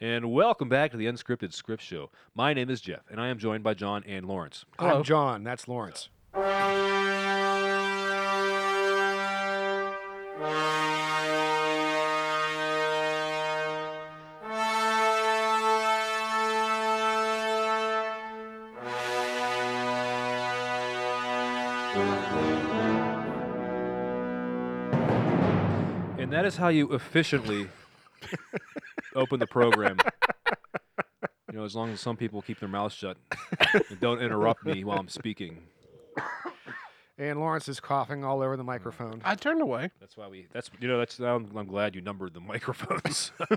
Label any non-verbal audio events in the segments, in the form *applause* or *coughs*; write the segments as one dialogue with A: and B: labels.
A: And welcome back to the Unscripted Script Show. My name is Jeff, and I am joined by John and Lawrence.
B: I'm John. That's Lawrence.
A: And that is how you *laughs* efficiently open the program. You know, as long as some people keep their mouths shut and don't interrupt me while I'm speaking.
B: And Lawrence is coughing all over the microphone.
C: I turned away.
A: That's why we. That's you know. That's I'm, I'm glad you numbered the microphones. *laughs*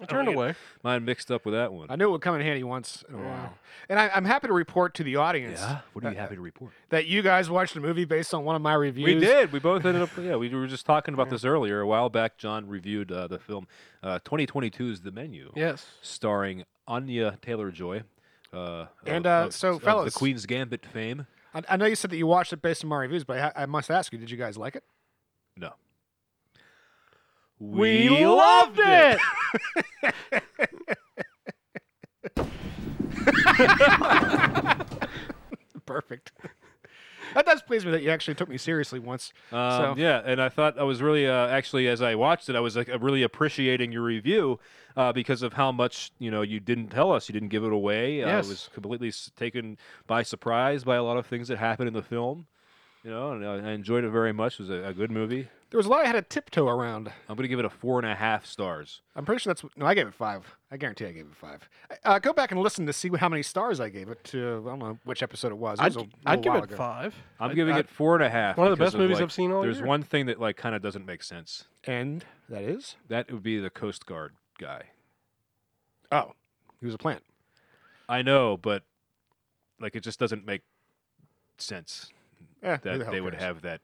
C: I turned
A: get-
C: away.
A: Mine mixed up with that one.
B: I knew it would come in handy once in a while. And I, I'm happy to report to the audience
A: yeah. What are you happy to report?
B: that you guys watched a movie based on one of my reviews.
A: We did. We both ended up. Yeah, we were just talking about this earlier. A while back, John reviewed uh, the film uh, 2022's The Menu,
C: Yes.
A: starring Anya Taylor Joy. Uh,
B: And,
A: of-
B: uh,
A: of-
B: so,
A: of
B: fellas-
A: the Queen's Gambit fame.
B: I, I know you said that you watched it based on my reviews, but I, ha- I must ask you, did you guys like it?
A: No,
C: We loved it.
B: *laughs* Perfect. that does please me that you actually took me seriously once.
A: Um,
B: So-
A: Yeah, and I thought I was really uh, actually as I watched it, I was like uh, really appreciating your review uh, because of how much you know you didn't tell us, you didn't give it away. Uh, I
C: Yes.
A: was completely s- taken by surprise by a lot of things that happened in the film. You know, and uh, I I enjoyed it very much. It was a, a good movie.
B: There was a lot I had to tiptoe around.
A: I'm gonna give it a four and a half stars.
B: I'm pretty sure that's what- no. I gave it five. I guarantee I gave it five. Uh, go back and listen to see how many stars I gave it to. I don't know which episode it was. It
C: I'd,
B: was a
C: I'd
B: little
C: give
B: while
C: it
B: ago.
C: five.
A: I'm giving
C: I-
A: it four and a half.
C: One of the
A: because
C: best movies
A: like,
C: I've seen all
A: There's
C: year.
A: one thing that like kind of doesn't make sense.
B: And that is
A: That would be the Coast Guard guy.
B: oh, he was a plant.
A: I know, but like it just doesn't make sense.
B: Yeah,
A: that they would have that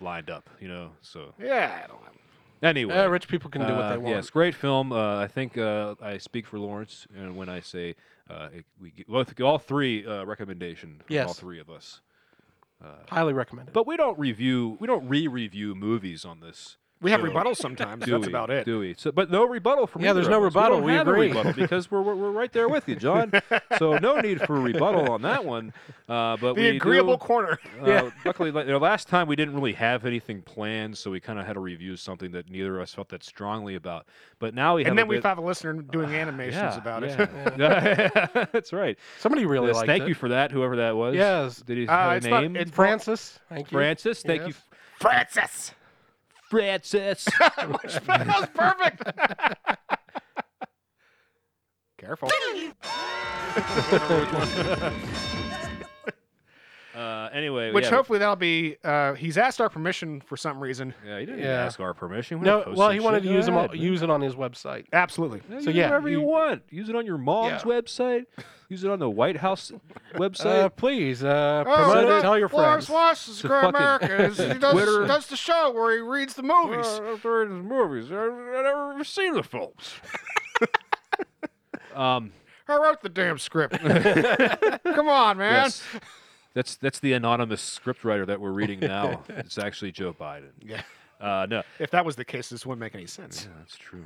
A: lined up, you know. So
B: Yeah, I don't know.
A: anyway,
C: Yeah, rich people can do what
A: uh,
C: they want.
A: Yes, great film. Uh, I think uh, I speak for Lawrence and when I say uh, it, we g- both all three uh, recommendation from all
C: Yes.
A: three of us.
C: Highly recommended.
A: But we don't review, we don't re-review movies on this.
B: We have
A: show, *laughs*
B: rebuttals
C: *laughs*
B: sometimes.
A: do
B: That's
A: we?
B: about it.
A: Do we? So, but no rebuttal from
C: Yeah, there's
A: either
C: no
A: of us. don't
C: rebuttal. We
A: have a
C: agree. *laughs*
A: rebuttal because we're, we're we're right there with you, John. so no need for a rebuttal on that one. Uh,
C: *laughs*
A: but
B: The
A: we
B: agreeable
A: do,
B: corner.
A: Uh, luckily, like, you know, last time we didn't really have anything planned, so we kind of had to review something that neither of us felt that strongly about. But now we have
B: and
A: a
B: then we
A: bit- Ah,
B: have a listener doing animations
A: yeah,
B: about
A: yeah.
B: it.
C: *laughs*
A: Yeah, *laughs* that's right.
C: Somebody really
A: Yes,
C: liked
A: thank
C: it.
A: you for that, whoever that was.
C: Yes.
A: Did he
B: Uh,
A: have
B: it's
A: a
B: not-
A: name?
B: it's-
C: Francis. Thank you.
A: Francis. Thank you,
C: Yes.
B: *laughs* Francis. *laughs*
C: *laughs*
A: Francis.
B: that was perfect. *laughs*
A: *laughs*
B: Careful.
A: uh, anyway,
B: Which
A: yeah,
B: hopefully that'll be. Uh, he's asked our permission for some reason.
A: yeah, he didn't
C: Yeah.
A: ask our permission. We don't
C: No,
A: post
C: well,
A: that
C: he wanted
A: shit.
C: to
A: Go
C: use them
A: ahead,
C: all,
A: man.
C: use it on his website.
B: Absolutely.
A: Yeah,
C: so
A: use
C: yeah,
A: whatever you,
C: you-
A: want. Use it on your mom's
C: Yeah.
A: website. Use it on the White *laughs* House website.
C: Uh, please
A: Oh,
C: uh,
B: Oh,
C: promote it.
B: no,
C: Tell your
B: Lawrence
C: friends.
B: Wash is Great
A: fucking
B: America. Is- *laughs* He does,
A: Twitter.
B: does the show where he reads the movies.
A: Well, Uh, I've heard of movies. I've I've never seen the films. um,
B: I wrote the damn *laughs* script. Come on,
A: *laughs*
B: man.
A: yes. That's that's the anonymous scriptwriter that we're reading *laughs* now. it's actually Joe Biden.
B: Yeah.
A: Uh, no,
B: If that was the case, this wouldn't make any sense.
A: that's *laughs* true.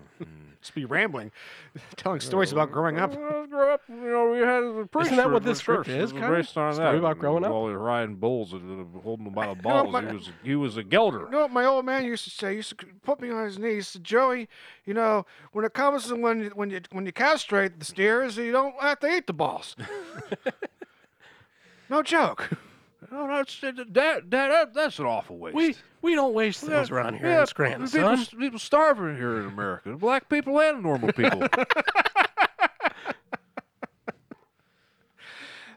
B: Just be rambling, *laughs* telling stories about growing up.
A: grow up, you know, we had the priest
C: that what
A: in the
C: this script
A: church.
C: is,
A: It was
C: kinda?
A: Based on
C: Story
A: that.
C: about growing up?
A: Well, Ryan Bowles uh, holding him by *laughs* the balls.
B: my-
A: he was he was a gelder.
B: You know what my old man used to say? He used to put me on his knees. He said, Joey, you know, when it comes to when you, when you when you castrate the steers, you don't have to eat the *laughs* balls. no joke.
A: No, that's that, that, that that's an awful waste.
C: We we don't waste things around here in Scranton,
A: people,
C: son.
A: people starving here in America. Black people and normal
C: *laughs*
A: people.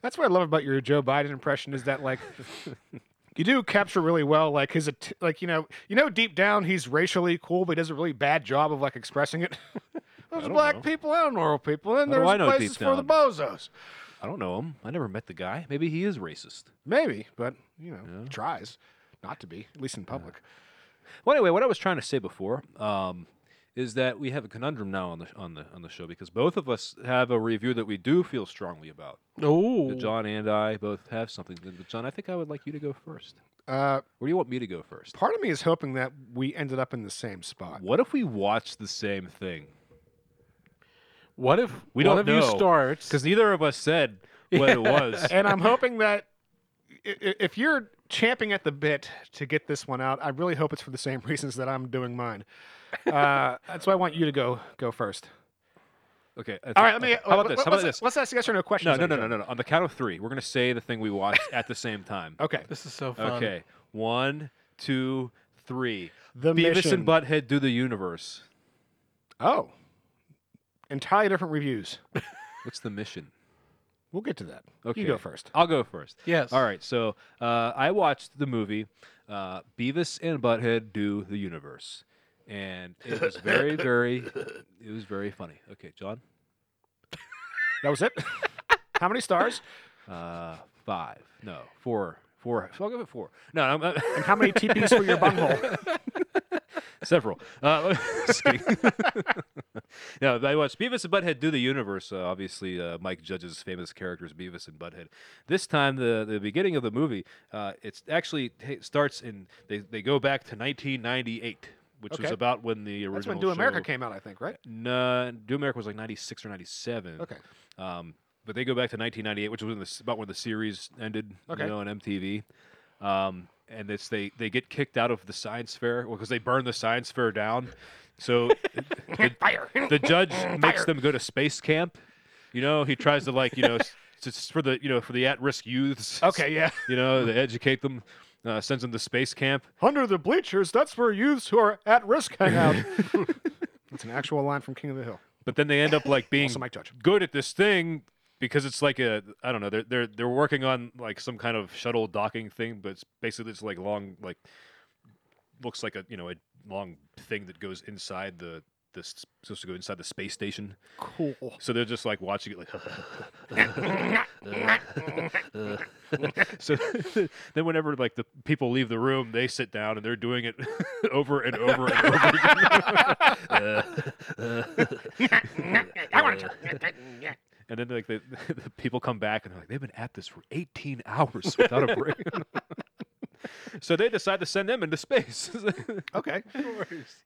B: That's what I love about your Joe Biden impression is that like. *laughs* You do capture really well, like his, att- like you know, you know, deep down he's racially cool, but he does a really bad job of like expressing it. *laughs* There's
A: don't
B: black
A: know.
B: people and normal people, and
A: How do I
B: there's
A: know deep
B: places for the
A: down?
B: bozos.
A: I don't know him. I never met the guy. Maybe he is racist.
B: Maybe, but you know, he tries not to be, at least in public.
A: Well, anyway, what I was trying to say before um, is that we have a conundrum now on the on the on the show because both of us have a review that we do feel strongly about.
C: Oh,
A: John and I both have something. But John, I think I would like you to go first.
B: Uh,
A: Where do you want me to go first?
B: part of me is hoping that we ended up in the same spot.
A: What if we watch the same thing?
C: What if
A: We
C: one
A: don't
C: of
A: know,
C: you starts?
A: Because neither of us said what it was.
B: and I'm hoping that i- i- if you're champing at the bit to get this one out, I really hope it's for the same *laughs* reasons that I'm doing mine. Uh, that's why I want you to go go first.
A: Okay. I
B: All
A: think-
B: right, let me. uh,
A: How about this? How about
B: let's-
A: this?
B: Let's ask yes or no
A: No,
B: questions.
A: no, no, no, no, no. On the count of three, we're gonna say the thing we watched at the same
B: *laughs*
A: time.
B: Okay.
C: this is so fun.
A: Okay. One, two, three.
B: The
A: Beavis
B: mission.
A: and Butthead do the universe.
B: Oh, entirely different reviews.
A: What's the mission?
B: We'll get to that.
A: Okay.
B: You go first.
A: I'll go first.
C: Yes.
A: All right. So uh, I watched the movie uh, Beavis and Butthead do the universe, and it was
B: *laughs*
A: very, very, it was very funny. Okay, John.
B: That was it. *laughs* How many stars?
A: Uh, five. No, four. Four. So I'll give it four. No, I'm, I'm- *laughs*
B: And how many TPs for your bunghole?
A: several. Uh, *laughs* just kidding. no, I watched Beavis and Butthead do the universe. Uh, obviously, uh, Mike Judge's famous characters, Beavis and Butthead. This time, the the beginning of the movie, uh, it's actually ta- starts in they they go back to 1998, which was
B: Okay.
A: about when the original.
B: That's when Do America
A: show-
B: came out, I think, right?
A: No, Do America was like 96 or 97.
B: Okay.
A: Um, but they go back to 1998, which was when the, s- about when the series ended,
B: Okay.
A: you know, on MTV. Um, and it's they they get kicked out of the science fair because they burn the science fair down. So *laughs* the,
B: *laughs* Fire.
A: the judge makes
B: Fire.
A: them go to space camp. You know, he tries to like you know s- *laughs* s- for the you know for the at risk youths.
B: okay, yeah.
A: You know, they educate them, uh, sends them to space camp.
B: Under the bleachers, that's where youths who are at risk
A: *laughs*
B: hang out. It's an actual line from King of the Hill.
A: But then they end up
B: *laughs*
A: like being
B: Also, Mike Judge.
A: good at this thing because it's like a I don't know they're they're they're working on like some kind of shuttle docking thing, but it's basically it's like long like looks like a you know a long thing that goes inside the this supposed to go inside the space station.
B: Cool.
A: So they're just like *laughs* watching it like so then whenever like the people leave the room, they sit down and they're doing it *laughs* over and over and over
D: I want to.
A: And then like the, *laughs* the people come back and they're like, they've been at this for 18 hours without a break. *laughs* so they decide to send them into space. *laughs*
B: Okay.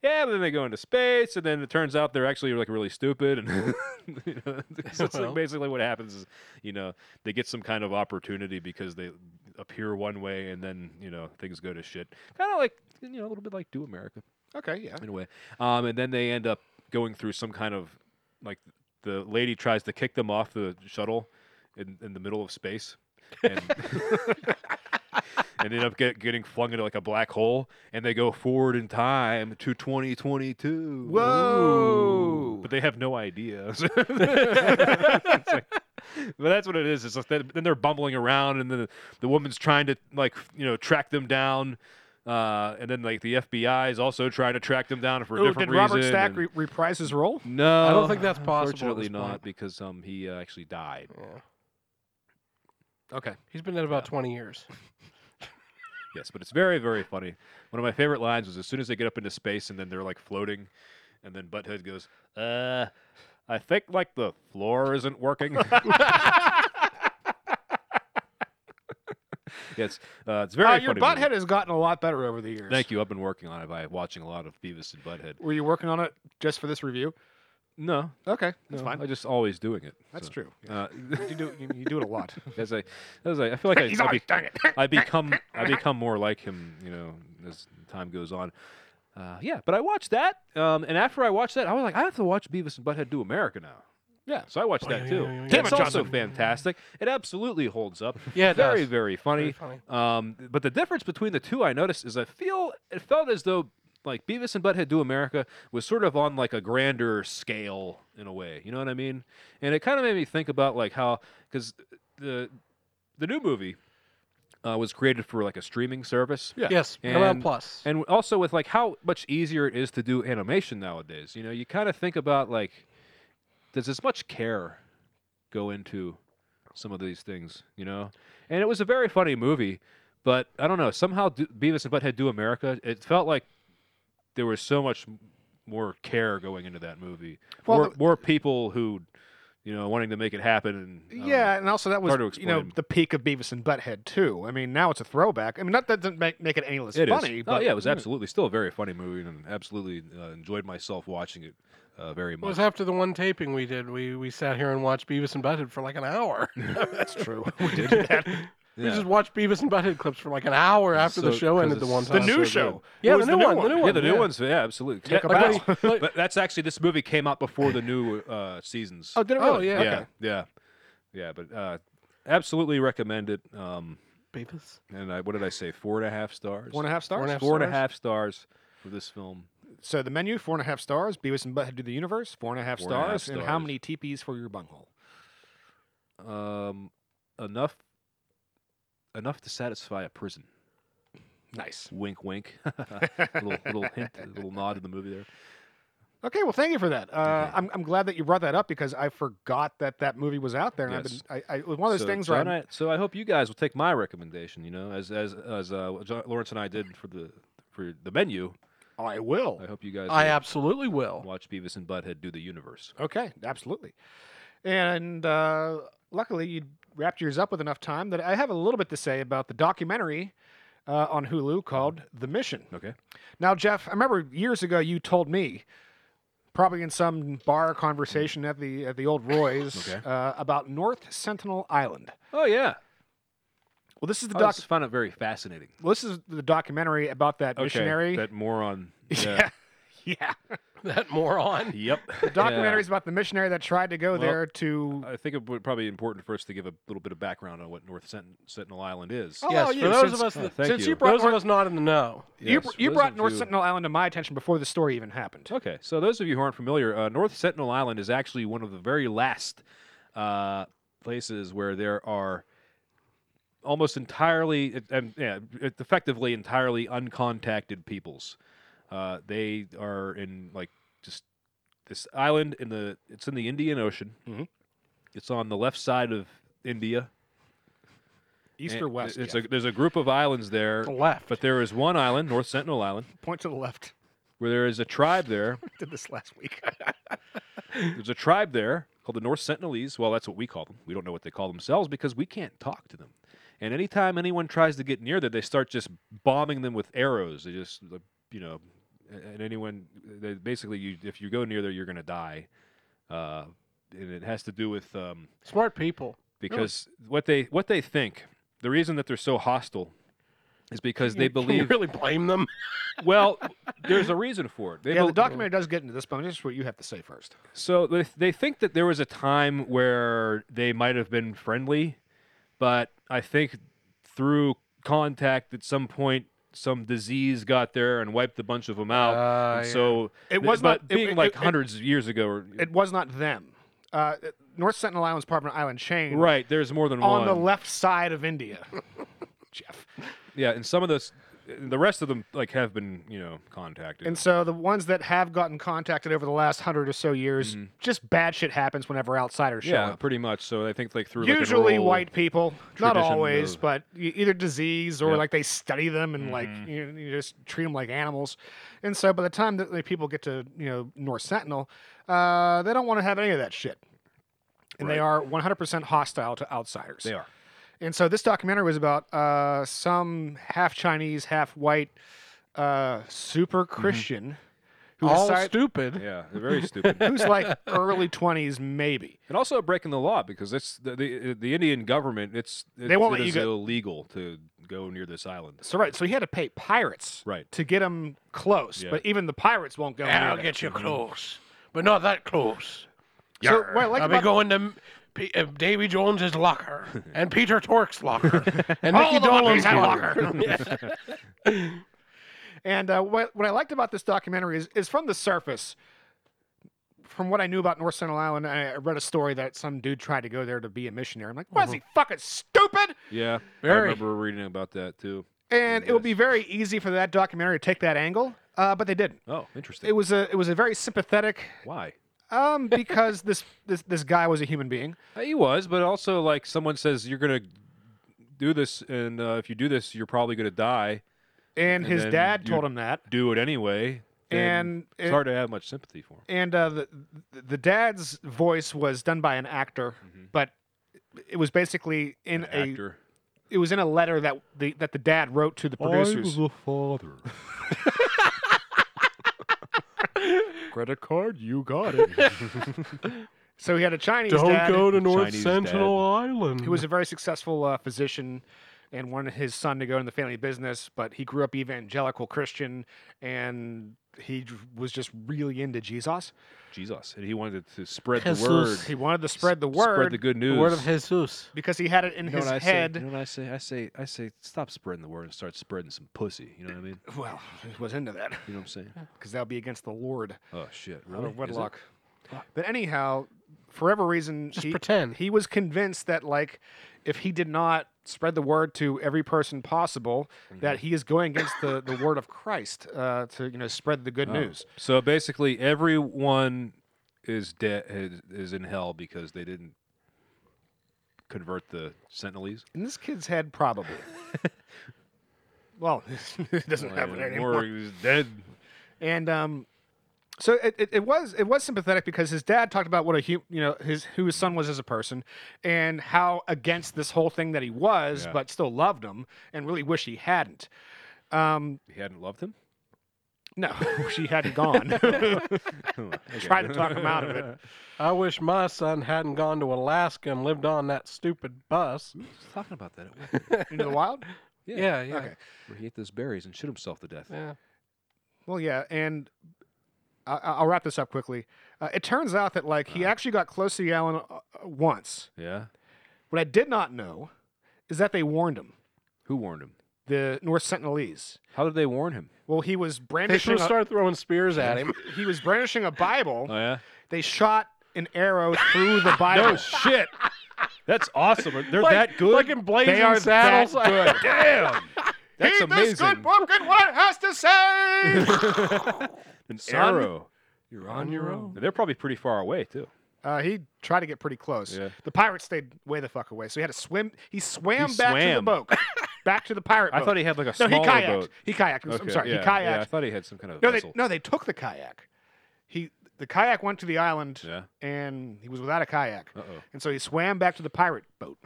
A: yeah, but then they go into space, and then it turns out they're actually like really stupid. And *laughs* you know, so it's
C: Well.
A: like basically what happens is, you know, they get some kind of opportunity because they appear one way, and then you know things go to shit. Kind of like you know a little bit like Do America
B: Okay, yeah.
A: in a way. Um, and then they end up going through some kind of like the lady tries to kick them off the shuttle in, in the middle of space. And, *laughs* and end up get, getting flung into like a black hole, and they go forward in time to 2022.
B: Whoa.
A: But they have no idea. *laughs* It's like- but that's what it is. It's like that, then they're bumbling around, and then the, the woman's trying to like you know track them down, uh, and then like the FBI is also trying to track them down for a
B: Ooh,
A: different
B: Oh, did Robert
A: reason.
B: Stack
A: and-
B: re- reprise his role?
A: no,
C: I don't think that's possible at
A: Uh, Unfortunately,
C: this
A: not
C: point.
A: because um he uh, actually died.
C: Yeah.
B: Okay.
C: He's been dead about 20 years.
A: Yes, but it's very very funny. One of my favorite lines was as soon as they get up into space and then they're like floating, and then Butthead goes, "Uh, I think like the floor isn't
C: *laughs*
A: working." yes, uh, it's very
B: Uh, your
A: funny movie.
B: butthead has gotten a lot better over the years.
A: Thank you. I've been working on it by watching a lot of Beavis and Butthead.
B: Were you working on it just for this review?
A: No,
B: Okay, that's
A: no,
B: fine.
A: I just always doing it.
B: That's
A: so.
B: true.
C: *laughs*
A: Uh,
B: You do, you, you do it a lot.
A: *laughs* as I, as I, I *laughs* feel like I,
D: He's
A: I be-
D: always done it.
A: *laughs* I become I become more like him, you know, as time goes on. Uh, yeah, but I watched that, um, and after I watched that, I was like, I have to watch Beavis and Butthead do America now. Oh, Yeah, so I watched that too.
C: Damn it,
A: That's also
C: Johnson.
A: fantastic. It absolutely holds up.
C: Yeah, it
A: very
C: does.
A: very funny.
C: Very funny.
A: Um, but the difference between the two I noticed is I feel it felt as though like Beavis and Butthead Do America was sort of on like a grander scale in a way. You know what I mean? And it kind of made me think about like how because the the new movie uh, was created for like a streaming service.
B: Yeah.
C: Yes,
A: And-
C: Paramount Plus.
A: And also with like how much easier it is to do animation nowadays. You know, you kind of think about like, does as much care go into some of these things? You know, and it was a very funny movie, but I don't know. Somehow do, Beavis and Butthead Do America. It felt like there was so much m- more care going into that movie.
B: Well,
A: more,
B: the-
A: more people who, you know, wanting to make it happen. And um, I don't know.
B: *laughs* yeah, and also that was
A: Hard to
B: you know
A: explain.
B: the peak of Beavis and Butthead too. I mean, now it's a throwback. I mean, not that doesn't make, make it any less
A: It is.
B: funny. But mm.
A: oh yeah, it was absolutely still a very funny movie, and absolutely uh, enjoyed myself watching it. uh, very
C: It was
A: much.
C: after the one taping we did. We we sat here and watched Beavis and Butthead for like an *laughs* hour.
B: That's true.
C: We just watched Beavis and Butthead clips for like an hour after the
A: So-
C: show
A: 'cause
C: ended the
A: it's
C: one
A: so
B: the
C: time.
A: new
B: new
A: show.
B: show.
C: yeah, the new, one, The new one.
A: yeah, the new ones. Yeah, absolutely.
B: Take
A: Yeah,
B: a
A: but-
B: bow.
C: Like, like,
A: But that's actually this movie came out before the new uh, seasons.
B: Oh, did it
C: Oh,
B: really?
C: yeah.
A: yeah,
C: okay.
A: yeah, yeah. But uh, absolutely recommend it. Um,
C: Beavis.
A: and I, what did I say? Four and a half stars.
B: Four and a half stars.
C: and a half
A: Four and a
C: stars?
A: half stars for this film.
B: So the menu, four and a half stars. Beavis and Butthead to the universe, four and a half
A: Four and a
B: stars.
A: half
B: and how
A: stars.
B: many teepees for your bunghole?
A: Um, enough, enough to satisfy a prison.
B: Nice.
A: Wink, wink. *laughs* little little hint, little nod to the movie there.
B: Okay, well, thank you for that. Uh,
A: Okay.
B: I'm, I'm glad that you brought that up because I forgot that that movie was out there. And
A: Yes.
B: I've been, I, I, it was one of those
A: so,
B: things
A: John,
B: where I'm,
A: I, so I hope you guys will take my recommendation. You know, as as as uh, what John, Lawrence and I did for the for the menu.
B: I, will.
A: I hope you guys
C: I
A: will
C: absolutely will.
A: watch Beavis and Butthead do the universe.
B: Okay, absolutely. And uh, luckily, you wrapped yours up with enough time that I have a little bit to say about the documentary uh, on Hulu called The Mission.
A: Okay.
B: Now, Jeff, I remember years ago you told me, probably in some bar conversation at the at the old Roy's,
A: Okay.
B: uh, about North Sentinel Island.
A: Oh yeah,
B: Well, this is the
A: I
B: doc.
A: always found it very fascinating.
B: well, this is the documentary about that missionary.
A: that moron.
B: yeah.
A: *laughs*
B: *laughs* Yeah.
C: *laughs* That moron. *laughs*
A: yep.
B: The documentary is about the missionary that tried to go
A: Well, uh,
B: there to.
A: I think it would probably be important for us to give a little bit of background on what North Sentin- Sentinel Island is.
B: Oh,
C: yes,
B: yeah,
C: for those
B: since-
C: of us,
A: Oh,
C: that,
A: thank
C: since
A: you.
C: you brought
B: Those
C: those of us not in the know,
B: you
A: Yes,
B: br-
A: for
B: you
A: those
B: brought
A: of
B: North
A: you-
B: Sentinel Island to my attention before the story even happened.
A: Okay, so those of you who aren't familiar, uh, North Sentinel Island is actually one of the very last uh, places where there are almost entirely, it- and yeah, it- effectively entirely uncontacted peoples. Uh, they are in like just this island in the it's in the Indian Ocean.
B: Mhm.
A: It's on the left side of India.
B: East
A: and
B: or west?
A: Eh, It's
B: yeah.
A: a, there's a group of islands there,
C: the left.
A: but there is one island, North Sentinel Island,
B: *laughs* Point to the left. *laughs*
A: where there is a tribe there
B: Did this last week.
A: There's a tribe there called the North Sentinelese. Well, that's what we call them. We don't know what they call themselves because we can't talk to them. And anytime anyone tries to get near them, they start just bombing them with arrows. They just, like, you know, and anyone, they basically, you, if you go near there, you're going to die. Uh, and it has to do with um,
C: Smart people.
A: because what they what they think, the reason that they're so hostile, is
B: *laughs*
A: because they
C: Can you
A: believe.
C: really blame them?
A: *laughs* well, there's a reason for it. They
B: yeah, the
A: bel-
B: documentary does get into this, but I'm just what you have to say first.
A: So they, they think that there was a time where they might have been friendly, but I think through contact at some point, some disease got there and wiped a bunch of them out.
C: Ah,
A: And
C: yeah.
A: So
B: It was
A: but
B: not- it-
A: being
B: it-
A: like
B: it-
A: hundreds of years ago. Or,
B: It was not them. Uh, North Sentinel Island's part of an island chain
A: right, there's more than
B: on
A: one.
B: the left side of India. *laughs* Jeff.
A: yeah, and some of those, the rest of them like have been you know contacted.
B: And so the ones that have gotten contacted over the last hundred or so years, just bad shit happens whenever outsiders show
A: Mm-hmm. yeah,
B: up.
A: pretty much. So I think like through like, an
B: Usually
A: oral-
B: white people, not
A: tradition
B: always,
A: of-
B: but e- either disease or
A: Yep. Mm-hmm.
B: like they study them and like you, you just treat them like animals. And so by the time that the people get to you know North Sentinel, uh, they don't want to have any of that shit, and they are 100% hostile to outsiders. *laughs*
A: They are.
B: And so this documentary was about uh, some half Chinese, half white, uh, super Christian who
C: Mm-hmm. All *laughs*
B: decide-
C: stupid.
A: Yeah, they're very stupid.
B: who's like early 20s, maybe.
A: And also breaking the law because it's the the, the Indian government. It's, it's
B: won't
A: it
B: let you
A: is
B: go-
A: illegal to go near this island.
B: So right, so he had to pay pirates
A: Right.
B: to get him close,
A: Yeah.
B: but even the pirates won't go. near
C: I'll
B: that.
C: get you close, but not that close.
B: So what I like
C: I'll
B: about
C: be going to M- P- uh, Davy Jones's *laughs* locker and Peter Tork's *laughs* locker and Mickey Dolan's locker.
B: and uh, what what I liked about this documentary is is from the surface. From what I knew about North Sentinel Island, I I read a story that some dude tried to go there to be a missionary. I'm like,
C: Mm-hmm.
B: was he fucking stupid?
A: Yeah, I
C: Very.
A: remember reading about that too.
B: And it would
A: Yes.
B: be very easy for that documentary to take that angle, uh, but they didn't.
A: Oh, interesting.
B: It was a it was a very sympathetic,
A: Why? *laughs*
B: um, because this this this guy was a human being.
A: Uh, He was, but also like someone says you're gonna do this, and uh, if you do this, you're probably gonna die.
B: and,
A: And
B: his
A: then
B: dad
A: you-
B: told him that
A: Do it anyway. then
B: and
A: it's hard to have much sympathy for him.
B: and uh, the the dad's voice was done by an actor but it was basically in
A: Mm-hmm. An
B: a
A: actor.
B: it was in a letter that the that the dad wrote to the producers
A: a father.
B: Credit card, you got it. so he had a Chinese
C: Don't
B: dad
C: go to North
A: Chinese
C: Sentinel Island.
B: who was a
A: Mm-hmm.
B: very successful uh, physician and wanted his son to go into the family business, but he grew up evangelical Christian and he j- was just really into Jesus.
A: *laughs* Jesus, and he wanted to spread the
C: Jesus.
A: word,
B: He wanted to spread the word
A: spread the good news.
C: the word of Jesus.
B: because he had it in
A: You know
B: his
A: what I
B: head.
A: say? You know what I say? I say, I say, stop spreading the word and start spreading some pussy. You know what I mean?
B: Well, he was into that
A: You know what I'm saying?
B: because that would be against the Lord
A: Oh shit!
B: out
A: Really? Is
B: of
A: it?
B: wedlock. But anyhow, for whatever reason,
C: Just
B: he,
C: pretend.
B: he was convinced that like if he did not spread the word to every person possible,
A: Mm-hmm.
B: that he is going against the, the word of Christ uh, to you know spread the good
A: Oh.
B: news.
A: So basically, everyone is dead is, is in hell because they didn't convert the Sentinelese.
B: In this kid's head, probably. *laughs* well, *laughs* it doesn't happen
A: Or
B: anymore.
A: he's dead.
B: And um, so it, it, it was it was sympathetic because his dad talked about what a hu- you know his who his son was as a person and how against this whole thing that he was,
A: Yeah.
B: but still loved him and really wish he hadn't. Um,
A: He hadn't loved him.
B: no, *laughs* wish he hadn't gone. *laughs* Tried to talk him out of it.
C: I wish my son hadn't gone to Alaska and lived on that stupid bus.
A: talking about that. At work.
B: Into the wild.
A: *laughs* Yeah.
C: Yeah, yeah.
B: Okay.
A: Where he ate those berries and shit himself to death.
C: yeah.
B: Well, yeah, and I, I- I'll wrap this up quickly. Uh, it turns out that like he actually got close to Yellen uh, uh, once.
A: Yeah.
B: What I did not know is that they warned him,
A: Who warned him?
B: the North Sentinelese.
A: How did they warn him?
B: Well, he was
C: They should
B: brandishing.
C: have
B: A,
C: started throwing spears at him.
B: *laughs* he was brandishing a
A: Oh
B: Bible.
A: yeah.
B: They shot an arrow
A: *laughs*
B: through the Bible.
A: Oh, shit. That's awesome. They're
C: *laughs* Like-
A: that good.
C: Like in Blazing
B: they are
C: Saddles.
B: that good.
A: Damn. That's
B: Read
A: amazing.
B: This good book and what it has to say.
A: *laughs* An
B: Son,
A: arrow. You're
C: on your own.
A: They're probably pretty far away too.
B: *laughs* uh, he tried to get pretty close.
A: Yeah.
B: The pirates stayed way the fuck away, so he had to swim. He swam
A: He
B: back to the
A: swam. *laughs*
B: boat, back to the pirate boat.
A: I thought he had like a
B: Oh. no,
A: smaller
B: he kayaked.
A: boat.
B: He kayaked. I'm- I'm
A: Okay,
B: sorry,
A: yeah,
B: he kayaked.
A: yeah, I thought he had some kind of
B: no, they
A: vessel.
B: no, they took the kayak. He the kayak went to the island,
A: Yeah.
B: and he was without a kayak.
A: Uh oh.
B: And so he swam back to the pirate boat.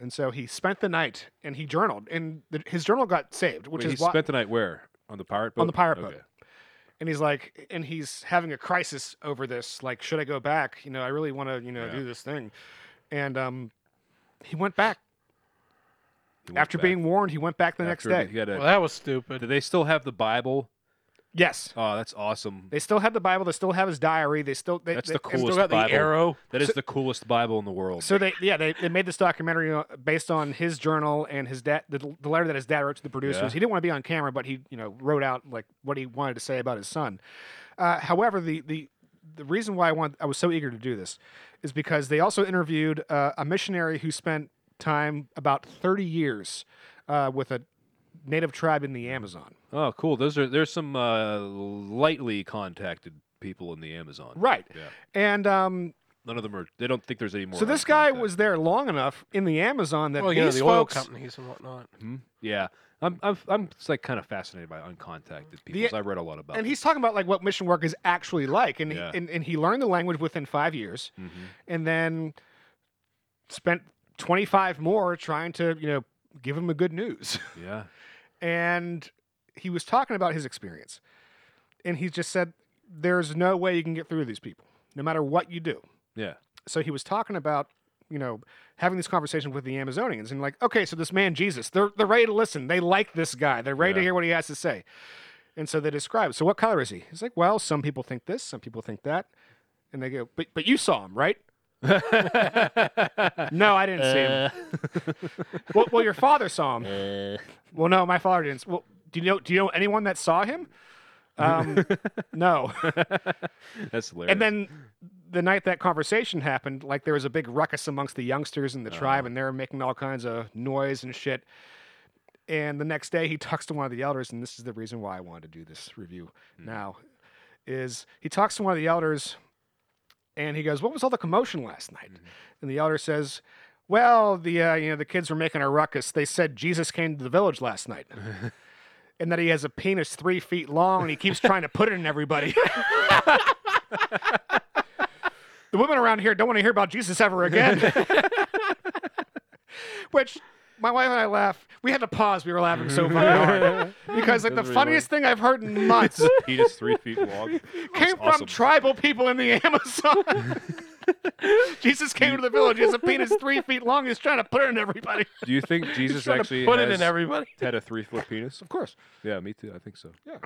B: And so he spent the night and he journaled. And the, his journal got saved, which
A: Wait, he
B: is why.
A: spent the night where? On the pirate boat.
B: On the pirate boat.
A: Okay.
B: and he's like, and he's having a crisis over this. Like, should I go back? You know, I really want to, you know,
A: Yeah.
B: do this thing. And um, he went back.
A: He went
B: After
A: back.
B: being warned, he went back the
A: After
B: next day.
A: he had a-
C: *laughs* Well, that was
A: do
C: stupid.
A: they still have the Bible?
B: Yes.
A: Oh, that's awesome.
B: They still have the Bible. They still have his diary. They still. They,
A: That's
B: they-
A: the
B: and-
A: coolest
C: Still got the
A: Bible.
C: arrow.
A: That is the coolest Bible in the world.
B: So they, yeah, they, they made this documentary uh, based on his journal and his dad, the, the letter that his dad wrote to the producers.
A: Yeah.
B: He didn't want to be on camera, but he, you know, wrote out like what he wanted to say about his son. Uh, however, the the the reason why I want I was so eager to do this is because they also interviewed uh, a missionary who spent time about thirty years uh, with a native tribe in the Amazon.
A: oh, cool. Those are there's some uh, lightly contacted people in the Amazon.
B: Right.
A: Yeah.
B: And um,
A: None of them are. They don't think there's any more. uh,
B: so this guy
A: uncontacted.
B: was there long enough in the Amazon that
C: Well,
B: these
C: you know, the oil
B: folks
C: companies and whatnot.
A: Hmm? Yeah, I'm. I'm. I'm just like kind of fascinated by uncontacted people. 'cause I read a lot about.
B: and
A: them.
B: he's talking about like what mission work is actually like and,
A: Yeah.
B: he, and and he learned the language within five years
A: Mhm.
E: Mm-hmm.
B: and then spent 25 more trying to you know give him the good news *laughs*
A: Yeah.
B: and he was talking about his experience and he just said there's no way you can get through these people no matter what you do
A: Yeah.
B: so he was talking about you know having this conversation with the amazonians and like okay so this man jesus they're, they're ready to listen they like this guy they're ready to
A: Yeah.
B: hear what he has to say and so they describe so what color is he he's like well some people think this some people think that and they go but, but you saw him right *laughs* no i didn't see
A: Uh.
E: *laughs*
B: him well, well your father saw him well no my father didn't well do you know do you know anyone that saw him um, no
A: That's hilarious.
B: and then the night that conversation happened, like there was a big ruckus amongst the youngsters in the tribe, and they were making all kinds of noise and shit. And the next day, he *laughs* talks to one of the elders, and this is the reason why I wanted to do this review now. Is he talks to one of the elders, and he goes, "What was all the commotion last night?"
E: Mm-hmm.
B: And the elder says, "Well, the uh, you know the kids were making a ruckus. They said Jesus came to the village last
E: *laughs*
B: night." And that he has a penis three feet long, and he keeps trying to put it in
E: *laughs*
B: everybody. *laughs*
E: *laughs*
B: the women around here don't want to hear about Jesus ever again. Which my wife and I laugh. We had to pause. We were laughing so fucking
E: *laughs*
B: hard because like the
E: That's really
B: funniest thing I've heard in months
E: He is three feet
B: *laughs*
E: long.
B: came
E: awesome.
B: from tribal people in the *laughs* Amazon. Jesus came to the village. He has a penis three feet long. He's trying to put it in everybody.
A: Do you
B: *laughs*
A: think Jesus
C: Trying
A: actually
C: to put
A: has
C: it in everybody.
E: Had a three foot penis.
B: Of course.
A: Yeah, me too. I think so. Yeah.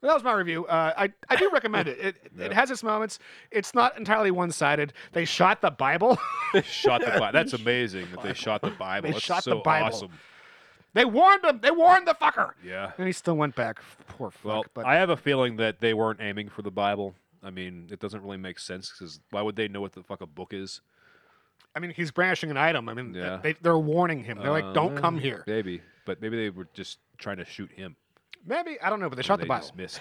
B: Well, that was my review. Uh, I I do recommend it. It, it has its moments. It's not entirely one sided. They shot the Bible. *laughs*
E: Shot the Bible. That's amazing that they shot the Bible.
B: They
E: That's
B: shot the
E: so
B: Bible.
E: awesome.
B: they warned him. They warned the fucker.
E: Yeah.
B: And he still went back. Poor fuck.
E: Well,
B: but
E: I have a feeling that they weren't aiming for the Bible. I mean, it doesn't really make sense because why would they know what the fuck a book is?
B: I mean, he's brandishing an item. I mean,
A: Yeah.
B: they, they're warning him. They're like, "Don't
E: Uh,
B: come here."
A: Maybe, but maybe they were just trying to shoot him.
B: Maybe I don't know, but they shot
E: they
B: the Bible.
E: just missed.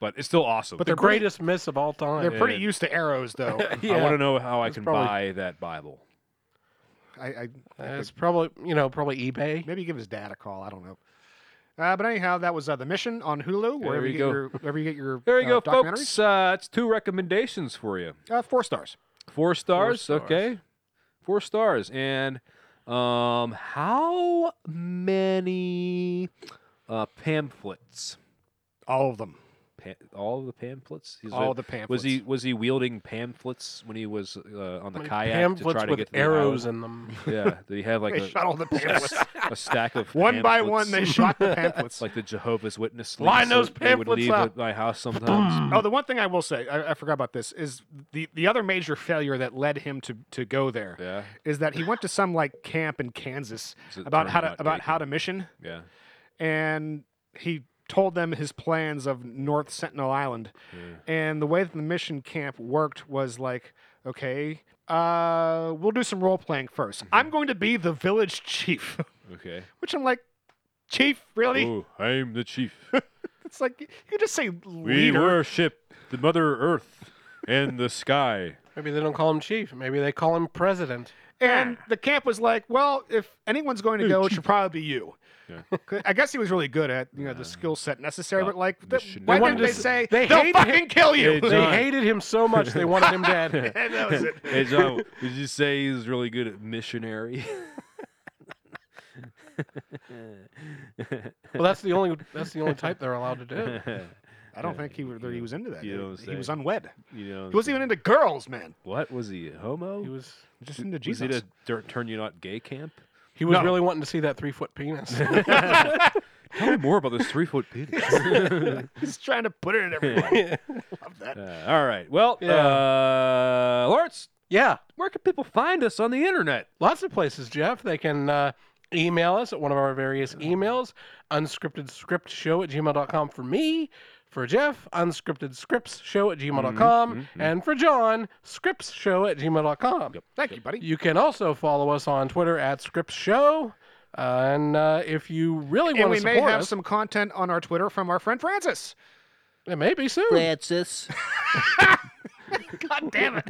E: But it's still awesome.
B: But
C: The
B: they're pretty-
C: greatest miss of all
B: They're
C: time.
B: pretty
E: Yeah.
B: used to arrows, *laughs* though.
E: I want
C: Yeah,
E: to know how I
C: It's
E: can
C: probably-
E: buy that Bible.
B: I, I
C: it's probably you know probably eBay.
B: maybe give his dad a call. I don't know. Uh, but anyhow, that was uh, the mission on Hulu. Wherever
A: you
B: you,
A: go.
B: get your, wherever you get your
A: There you
B: uh,
A: go,
B: documentaries.
A: folks. Uh, it's two recommendations for you.
B: Uh, four stars.
A: Four stars,
E: stars.
A: okay. Four stars. And um, how many uh, pamphlets?
B: All of them.
A: Pa- all of the pamphlets. He's
B: All
A: a-
B: the pamphlets.
A: Was he was he wielding pamphlets when he was uh, on the kayak to
C: pamphlets
A: try to
C: with
A: get to the
C: arrows
A: island?
C: in them.
A: yeah, did he have
B: *laughs*
A: like
B: They
A: a,
B: shot all the pamphlets.
A: a stack of
B: *laughs* one by
A: pamphlets? *laughs*
B: one, they shot the pamphlets.
A: like the Jehovah's Witness.
C: Line
A: links that
C: those
A: they would
C: pamphlets
A: leave
C: up.
A: at my house sometimes.
B: Oh, the one thing I will say, I, I forgot about this, is the, the other major failure that led him to, to go there is
A: yeah,
B: that he went to some like camp in Kansas
A: So it
B: about
A: turned
B: how to
A: out
B: about
A: they-
B: how to mission,
A: yeah.
B: and he told them his plans of North Sentinel Island, and the way that the mission camp worked was like, okay, uh, we'll do some role playing 1st i I'm going to be the village chief, *laughs*
A: Okay.
B: which I'm like, chief, really?
E: Oh, I'm the chief.
B: *laughs* It's like you could just say
E: We
B: leader.
E: worship the Mother Earth and the sky.
C: Maybe they don't call him chief. Maybe they call him
A: *laughs*
C: president.
B: And the camp was like, well, if anyone's going to go, it should probably be you. *laughs* 'Cause I guess he was really good at you know the skill set necessary, but like, the,
A: mission-
B: why
A: They
B: didn't
A: wanted
B: they
C: to s-
B: say
C: they
B: they'll
C: hated him.
B: fucking kill you? *laughs*
E: They-
C: They
E: John.
C: hated him so much they wanted him
A: *laughs*
C: dead.
B: and *laughs* that was it. *laughs*
E: Hey, John,
A: Did you say he was really good at missionary? *laughs*
C: Well, that's the only that's the only type they're allowed to
A: *laughs*
C: do.
B: I don't think he was he was into that.
A: You know what I'm
B: he,
A: saying.
B: was unwed.
A: you know,
B: He wasn't even into girls, man.
A: what was he? a Homo?
C: He was
B: Just into
A: was he
B: Jesus.
A: at a dur- turn you not gay camp?
C: he was
B: No.
C: really wanting to see that three foot penis.
A: *laughs* Tell me more about this three foot
B: *laughs*
A: penis. *laughs*
B: He's trying to put it in everyone. Love that.
A: Uh, all right. Well,
C: Yeah.
A: uh, Lawrence,
C: yeah,
A: where can people find us on the internet?
C: lots of places, Jeff. They can uh, email us at one of our various emails, unscripted script show at gmail.com for me, for Jeff, unscripted scripts show at gmail.com,
A: Mm-hmm,
C: and for John, scripts show at gmail.com.
B: Thank you, buddy.
C: You can also follow us on Twitter at scripts show. Uh, and uh, if you really
B: And
C: want
B: we
C: to
B: may
C: support
B: have
C: us,
B: some content on our Twitter from our friend Francis.
C: it may be soon.
B: God damn it.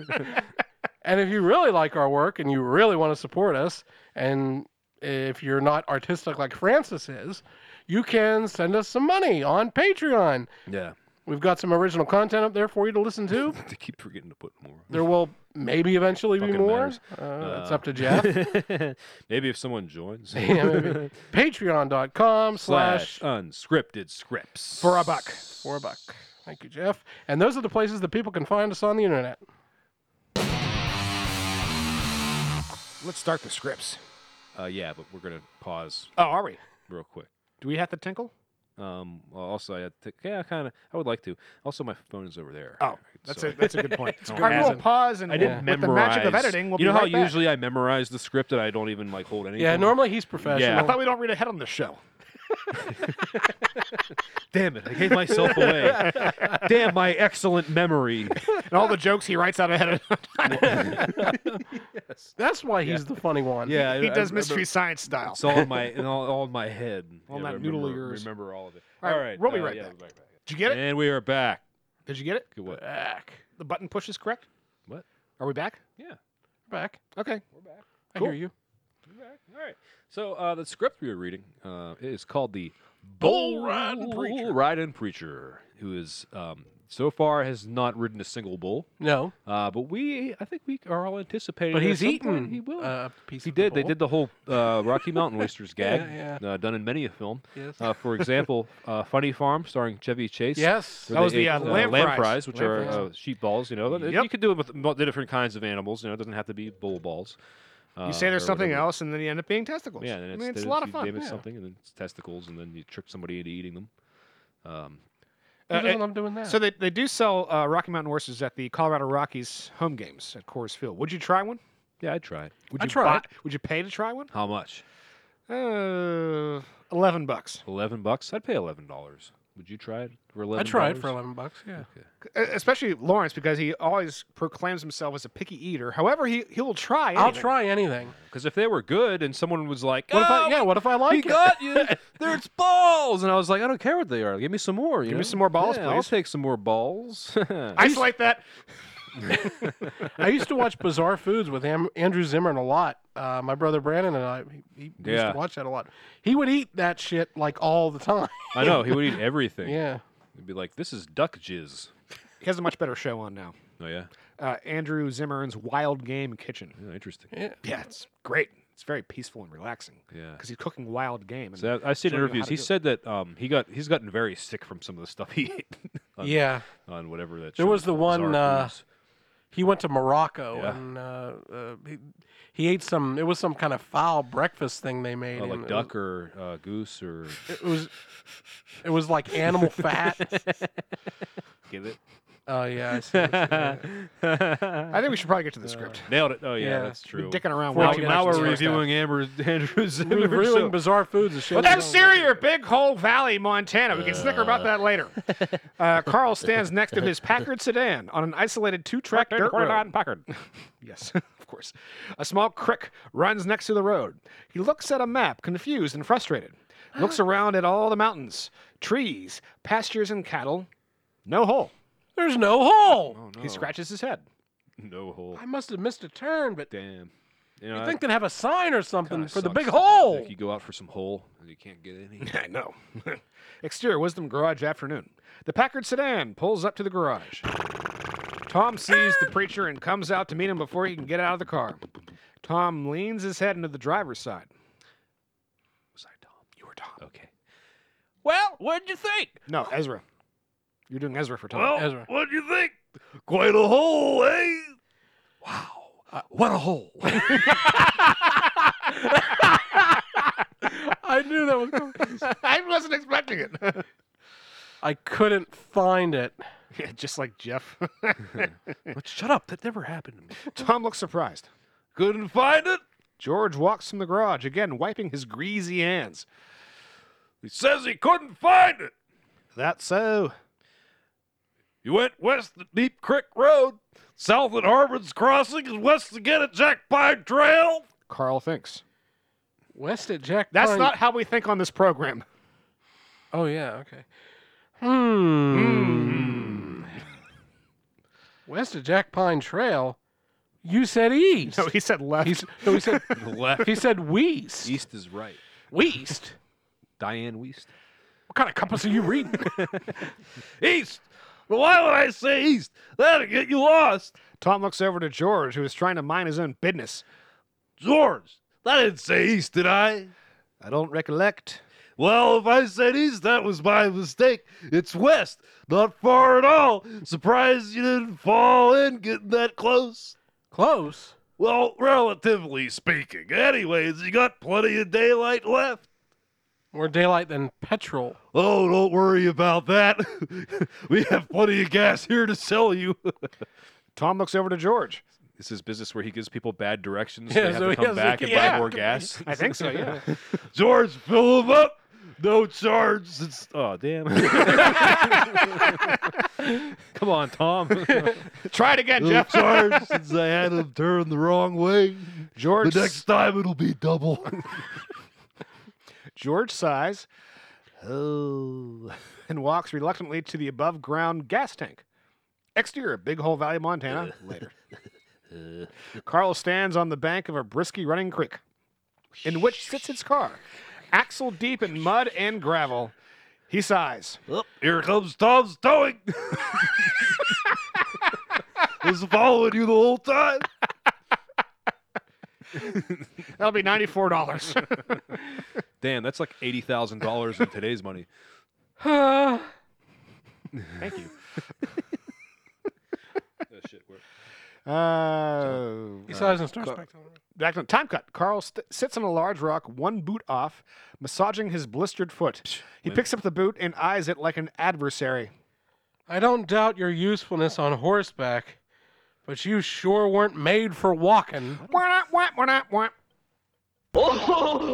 C: And if you really like our work and you really want to support us, and if you're not artistic like Francis is, you can send us some money on Patreon.
A: Yeah.
C: We've got some original content up there for you to listen to.
A: *laughs* They keep forgetting to put more.
C: There will maybe eventually be
A: Fucking
C: more.
A: matters.
C: Uh, it's up to Jeff. *laughs*
E: Maybe if someone joins.
B: *laughs*
C: Yeah, maybe. Patreon.com
A: Slash
C: slash
A: unscripted scripts.
B: *laughs* For a buck.
C: four a buck. Thank you, Jeff. And those are the places that people can find us on the internet.
B: Let's start the scripts.
A: Uh, yeah, but we're going to pause
B: Oh, are we?
A: real quick.
B: Do we have to tinkle?
A: Um, well, also, I had to- yeah, kind of. I would like to. Also, my phone is over there.
B: Oh, that's
A: So-
B: a that's a good point. All
A: good.
B: right, we'll pause and
E: I didn't
B: with the
E: memorize.
B: magic of editing, we'll
A: you know
B: be
A: how
B: right back.
A: usually I memorize the script and I don't even like hold anything.
C: Yeah, normally he's professional.
B: I thought we don't read ahead on the show.
A: Damn it! I gave myself away. Damn my excellent
B: *laughs*
A: memory.
B: And all the jokes he writes out ahead of
C: That's why he's the funny one.
A: Yeah, I-
B: *laughs* he
A: I
B: does
A: remember-
B: mystery science style.
A: It's all in my in all, all in my head.
B: All
A: You know,
B: that
A: I
B: noodle of
A: remember,
B: yours.
A: Remember all of it.
B: All right, we'll be right
A: yeah,
B: back.
A: we'll be
B: Did you get it?
A: And we are back.
B: Did you get it?
A: Good what?
C: Back.
B: The button push is correct.
A: What?
B: Are we back?
A: Yeah,
C: Back.
B: Okay.
C: I
B: Cool.
C: hear you.
A: we're back. All right. So uh, the script we are reading uh, is called the
B: Bull Riding Preacher.
A: Bull Riding Preacher, who is um, so far has not ridden a single bull.
C: No,
A: Uh, but we, I think we are all anticipating.
C: but
A: at
C: he's
A: some point
C: eaten.
A: He will.
C: uh, a piece.
A: he
C: of the
A: did. They
C: bull.
A: did the whole uh, Rocky
B: *laughs*
A: Mountain Oysters gag,
C: Yeah,
A: Uh, done in many a film.
C: Yes.
A: Uh, for example,
B: *laughs*
A: uh, Funny Farm, starring Chevy Chase.
C: yes.
A: where
B: That
A: they
B: was the,
A: ate,
B: uh, lamb fries.
A: which
C: Lamb
A: are
C: fries.
A: Uh, sheep balls. You know, And
B: Yep.
A: you could do it with mul- different kinds of animals. You know, it doesn't have to be bull balls.
B: You say
A: uh,
B: there's
A: or
B: something
A: whatever.
B: else, and then you end up being testicles.
A: Yeah, and
B: I
A: it's,
B: mean, it's a
A: they-
B: lot of
A: you
B: fun.
A: Name it
C: yeah.
A: something, and then it's testicles, and then you trick somebody into eating them. Um,
C: He
B: Uh,
C: doesn't love doing that.
B: So they, they do sell uh, Rocky Mountain horses at the Colorado Rockies home games at Coors Field. Would you try one?
A: yeah, I'd try it.
B: Would
C: I
B: you
C: tried.
B: buy- would you pay to try one?
A: How much?
B: Uh, eleven bucks.
A: Eleven bucks. I'd pay eleven dollars. Would you try it for eleven?
C: I tried for eleven bucks. Yeah.
B: E- Especially Lawrence because he always proclaims himself as a picky eater. However, he he will try.
C: I'll
B: anything.
C: try anything.
A: Because if they were good and someone was like,
C: What if
A: "Ah,
C: I? Yeah. What if I
A: we
C: like it?
A: got you. *laughs* There's balls, and I was like, I don't care what they are. Give me some more. You
B: Give me
A: know?
B: some more balls,
A: Yeah, I'll
B: please.
A: take some more balls.
B: Isolate that.
C: I used to watch Bizarre Foods with Am- Andrew Zimmern a lot. Uh, my brother Brandon and I, he, he used
A: Yeah.
C: to watch that a lot. He would eat that shit like all the time.
A: *laughs* I know he would eat everything.
C: yeah.
A: He'd be like, this is duck jizz.
B: He has a much better show on now.
A: Oh yeah,
B: Uh, Andrew Zimmern's Wild Game Kitchen.
A: yeah interesting.
C: Yeah.
B: Yeah, it's great. It's very peaceful and relaxing
A: Yeah.
B: because he's cooking wild game. And
A: So I- I've seen
B: showing you how
A: interviews.
B: to
A: He
B: do it.
A: said that um, he got he's gotten very sick from some of the stuff he *laughs* ate on,
C: Yeah.
A: on whatever that.
C: There
A: show
C: was the
A: called,
C: one,
A: Bizarre
C: uh,
A: Foods.
C: He went to Morocco
A: Yeah.
C: and uh, uh, he, he ate some. It was some kind of foul breakfast thing they made.
A: Oh,
C: and
A: like
C: it
A: duck or uh, goose or
C: was- It was. It was like animal fat.
A: *laughs* give it.
C: Oh yeah.
A: *laughs*
C: I see what you-
B: I think we should probably get to the script.
A: Nailed it. Oh yeah,
C: Yeah.
A: that's true.
B: Dicking around.
A: Now,
B: way too
A: now
B: much
A: we're
B: in this stuff.
A: reviewing Amber *laughs* Andrews.
C: We're reviewing Bizarre Foods and shit.
B: But that's Syria, Big Hole Valley, Montana. We can snicker about that *laughs* later. Uh, Carl stands next to his Packard sedan on an isolated two-track dirt road.
A: Packard.
B: *laughs* Yes, of course. A small creek runs next to the road. He looks at a map, confused and frustrated. Looks around at all the mountains, trees, pastures, and cattle. No hole.
C: There's no hole.
A: Oh,
B: He scratches his head.
A: No hole.
C: I must have missed a turn, but
A: Damn. You know,
C: I
A: that
C: think they'd have a sign or something
A: kinda
C: for the
A: sucks.
C: big hole.
A: Like you go out for some hole and you can't get any. *laughs*
B: I know. *laughs* Exterior Wisdom Garage afternoon. The Packard sedan pulls up to the garage. Tom sees the preacher and comes out to meet him before he can get out of the car. Tom leans his head into the driver's side.
A: Was I Tom? You were Tom. Okay.
D: Well, what'd you think?
B: No, Ezra. You're doing Ezra for Tom.
C: *laughs* Ezra.
A: Oh,
D: What'd you think? Quite a hole, eh?
C: What a hole! I knew that was
A: *laughs*
C: coming.
B: I wasn't expecting it.
C: *laughs* I couldn't find it.
B: *laughs* yeah, just like Jeff. *laughs*
A: But shut up. That never happened to me.
B: Tom looks surprised.
A: Couldn't find it.
B: George walks from the garage, again wiping his greasy hands.
A: He says he couldn't find it.
B: That's so.
A: You went west to Deep Creek Road, south at Harvard's Crossing, and west again at Jack Pine Trail. *laughs*
B: Carl thinks.
C: West at Jack.
B: That's
C: Pine-
B: not how we think on this program. *laughs*
C: Oh yeah. Okay. Hmm. West of Jack Pine Trail. You said east.
B: No, he said left.
C: He's, no, he said
A: Left.
C: he *laughs* said west.
A: East is right.
C: West.
A: Diane Weist.
C: What kind of compass are you reading?
A: East. But why would I say east? That'll get you lost.
B: Tom looks over to George, who is trying to mind his own business.
A: George, I didn't say east, did I?
B: I don't recollect.
A: Well, if I said east, that was my mistake. It's west, not far at all. Surprised you didn't fall in getting that close.
C: *laughs* Close.
A: Well, relatively speaking. Anyways, you got plenty of daylight left.
C: More daylight than *sighs* petrol.
A: Oh, don't worry about that. *laughs* we have plenty of gas here to sell you. *laughs*
B: Tom looks over to George.
A: This is business where he gives people bad directions.
C: Yeah,
A: they have
C: so he
A: to come
C: has to
A: back and
C: keep-
A: buy
C: yeah.
A: more
C: *laughs*
A: gas.
B: I think so, yeah. *laughs*
A: George, fill them up. No charge. It's, oh, damn. *laughs* come on, Tom.
B: Try it again,
A: no
B: Jeff.
A: charge since I had him turn the wrong way.
B: *laughs* George,
A: The next time it'll be *laughs* double.
B: George sighs. Oh. *laughs* And walks reluctantly to the above ground gas tank. Exterior, Big Hole Valley, Montana. Later. Carl stands on the bank of a brisky running creek, in which sits his car, axle deep in mud and gravel. He sighs.
A: Oh, *laughs* Here comes Tom's towing. was following you the whole time.
B: That'll be ninety four dollars. *laughs*
A: Damn, that's like eighty thousand dollars in today's money.
B: Thank you.
A: *laughs* That shit worked.
B: Uh,
C: He saw us in Star Spectrum.
B: back to time cut. Carl st- sits on a large rock, one boot off, massaging his blistered foot. He picks up the boot and eyes it like an adversary.
C: I don't doubt your usefulness on horseback, but you sure weren't made for walking.
B: *laughs* Wah, wah, wah, wah.
A: Wrong.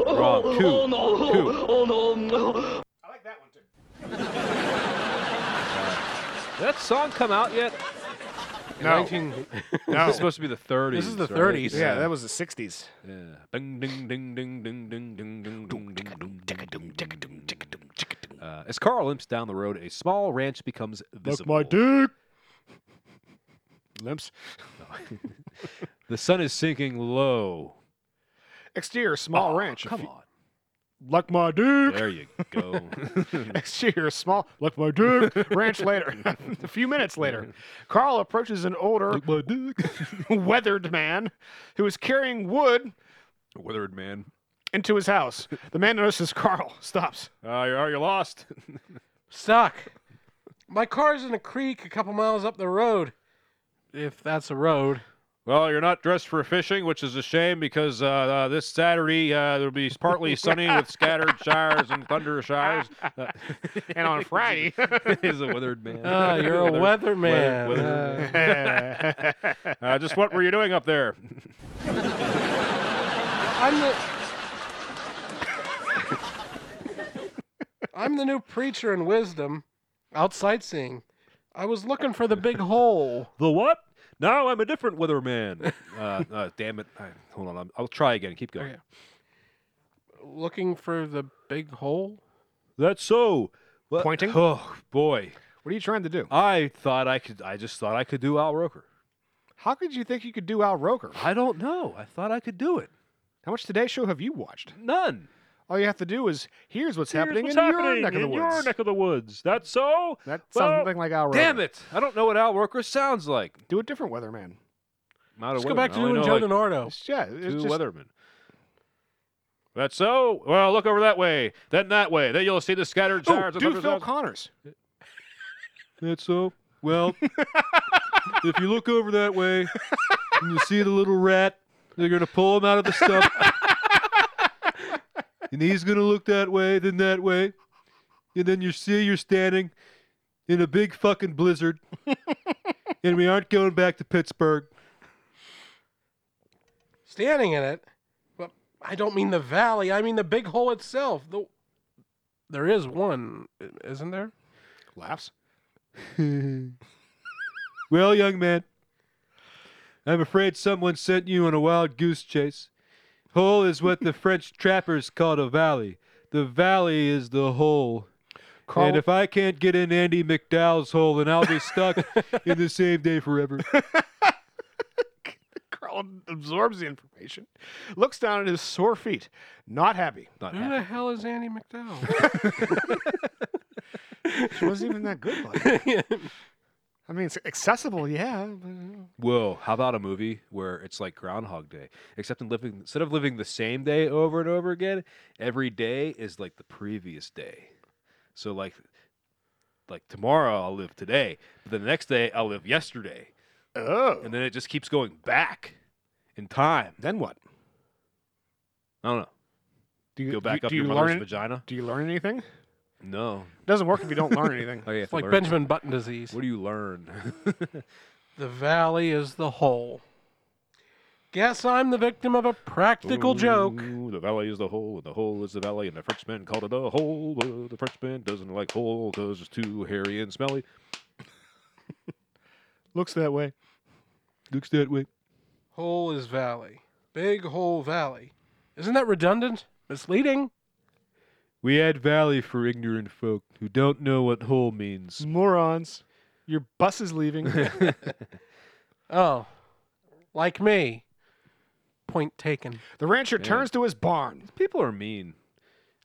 C: Oh,
A: Two. Two.
B: I like that one too.
F: Did that song come out yet?
B: No,
C: 19
B: no.
A: It's supposed to be the 30s.
C: This is the
A: right?
C: 30s.
B: yeah, that was the '60s.
A: Yeah. Ding ding ding ding ding ding ding ding ding ding ding ding ding ding. Uh, As Carl limps down the road, a small ranch becomes visible.
B: dick. Limps.
A: *laughs* The sun is sinking low.
B: Exterior small ranch.
A: Come on.
B: Like my dick.
A: There you go.
B: *laughs* Exterior small. Like my dick. *laughs* ranch later. a few minutes later, Carl approaches an older, *laughs*
A: My dick.
B: weathered man who is carrying wood
A: Withered man.
B: into his house. The man notices Carl, *laughs* stops.
A: Ah, you're, you're lost.
C: stuck. My car's in a creek a couple miles up the road. If that's a road.
A: Well, you're not dressed for fishing, which is a shame because uh, uh, this Saturday uh, there'll be partly sunny with scattered showers and thunder showers. Uh,
B: And on Friday,
A: *laughs*
B: *laughs*
A: he's a withered man.
C: Ah, you're a weatherman.
A: weather-
C: Uh,
A: Uh, just what were you doing up there?
C: Ah. I'm the. *laughs* I'm the new preacher in wisdom, out sightseeing. I was looking for the big hole.
A: *laughs* The what? Now I'm a different weatherman. uh, uh, damn it. I, hold on. I'm, I'll try again. Keep
B: Oh,
A: going.
C: Okay. Looking for the big hole?
A: That's so. What-
B: Pointing?
A: *sighs* Oh, boy.
B: what are you trying to do?
A: I thought I could. I just thought I could do Al Roker.
B: How could you think you could do Al Roker?
A: I don't know. I thought I could do it.
B: How much Today Show have you watched?
A: None.
B: All you have to do is here's what's
A: Here's
B: happening
A: what's
B: in your
A: happening
B: neck of the
A: in your
B: woods.
A: neck of the woods. That's so.
B: That's
A: Well,
B: something like Al Roker.
A: Damn it! I don't know what Al Roker sounds like.
B: Do a different weatherman.
C: Let's go back to doing Joe DiNardo.
B: It's, yeah, it's
A: two
B: just,
A: weathermen. That's so. Well, look over that way, then that way. Then you'll see the scattered
B: Oh,
A: stars.
B: do Phil Connors.
A: That's so. Well, if you look over that way, and you see the little rat, they're gonna pull him out of the stump, and he's gonna look that way, then that way, and then you see you're standing in a big fucking blizzard, and we aren't going back to Pittsburgh.
C: Standing in it. But I don't mean the valley, I mean the big hole itself. The, there is one, i- isn't there?
B: Laughs.
A: Well, young man, I'm afraid someone sent you on a wild goose chase. Hole is what the French trappers called a valley. The valley is the hole.
B: Carl-
A: And if I can't get in Andy McDowell's hole, then I'll be stuck in the same day forever.
B: Carl absorbs the information, looks down at his sore feet, not happy.
A: Not
C: Who the hell is Andy *laughs* McDowell?
B: She wasn't even that good.
A: *laughs*
B: Like, I mean, it's accessible, yeah. but,
A: Whoa, how about a movie where it's like Groundhog Day, except in living, instead of living the same day over and over again, every day is like the previous day. So like like tomorrow I'll live today, but then the next day I'll live yesterday.
B: Oh.
A: And then it just keeps going back in time.
B: then what?
A: I don't know.
B: Do you
A: Go back
B: do,
A: up
B: do
A: your
B: you
A: mother's
B: learn,
A: vagina?
B: Do you learn anything?
A: No.
B: It doesn't work if you don't learn
A: *laughs*
B: anything.
A: Okay,
C: It's like Benjamin Button disease.
A: What do you
C: *laughs*
A: learn?
C: The valley is the hole. Guess I'm the victim of a practical joke.
A: Ooh, The valley is the hole, and the hole is the valley, and the Frenchman called it a hole. but The Frenchman doesn't like hole because it's too hairy and smelly.
B: Looks that way.
A: Looks that way.
C: Hole is valley. Big hole valley. Isn't that redundant? Misleading?
A: We add valley for ignorant folk who don't know what hole means.
B: Morons. Your bus is leaving.
C: Oh, like me. Point taken.
B: the rancher turns to his barn.
A: People are mean.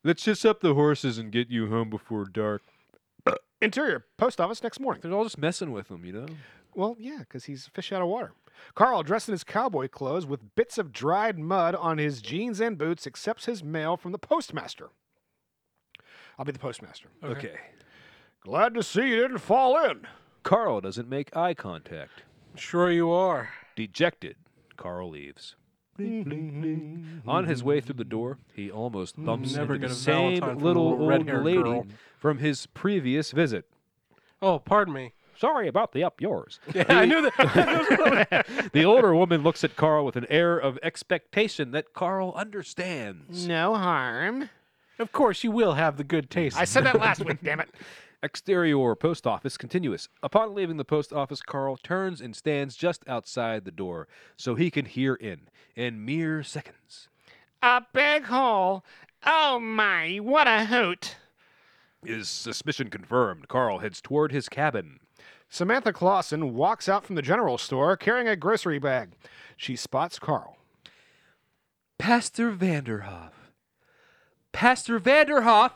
A: Let's just up the horses and get you home before dark.
B: Interior, post office next morning.
A: They're all just messing with them, you know?
B: Well, yeah, because he's a fish out of water. Carl, dressed in his cowboy clothes with bits of dried mud on his jeans and boots, accepts his mail from the postmaster. I'll be the postmaster.
E: Okay.
B: Glad to see you didn't fall in.
E: Carl doesn't make eye contact.
C: Sure you are.
E: Dejected, Carl leaves. On his way through the door, he almost bumps
C: Hmm. Never
E: into
C: get a
E: the same
C: Valentine from a
E: little
C: little
E: old
C: red-haired
E: lady
C: girl.
E: from his previous visit.
C: Oh, pardon me.
E: Sorry about the up *laughs* yours.
C: Yeah, I knew that.
E: *laughs* the older woman looks at Carl with an air of expectation that Carl understands.
B: No harm.
C: of course, you will have the good taste.
B: I said that last week, damn it.
E: Exterior post office continuous. Upon leaving the post office, Carl turns and stands just outside the door so he can hear in in mere seconds.
B: A big hole. Oh my, what a hoot.
E: Is suspicion confirmed? Carl heads toward his cabin.
B: Samantha Clausen walks out from the general store carrying a grocery bag. She spots Carl.
E: Pastor Vanderhoff. Pastor Vanderhoff.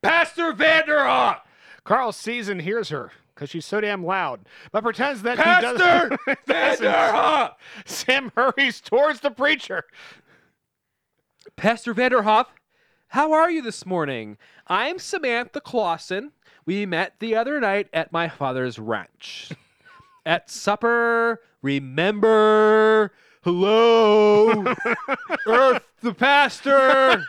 E: Pastor Vanderhoff.
B: Carl sees and hears her because she's so damn loud, but pretends that
E: Pastor
B: *laughs* he doesn't.
E: Vanderhoff.
B: Sam hurries towards the preacher.
E: Pastor Vanderhoff, how are you this morning? I'm Samantha Clausen. We met the other night at my
A: *laughs*
E: father's ranch. at supper, remember, hello,
A: *laughs*
E: Earth the pastor.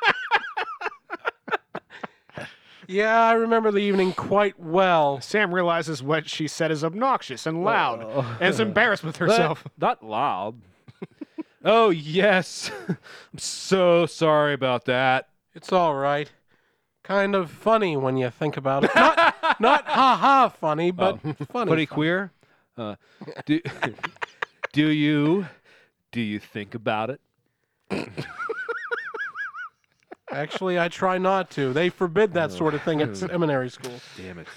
C: yeah, I remember the evening quite well.
B: Sam realizes what she said is obnoxious and loud and is embarrassed with herself.
E: Not loud. *laughs* oh, yes. *laughs* I'm so sorry about that.
C: It's all right. Kind of funny when you think about it.
E: *laughs*
C: Not, not ha ha funny, but funny.
E: Oh. Funny queer. Uh, do, do you do you think about it?
C: Actually, I try not to. They forbid that sort of thing
E: *laughs*
C: at seminary school.
E: Damn it.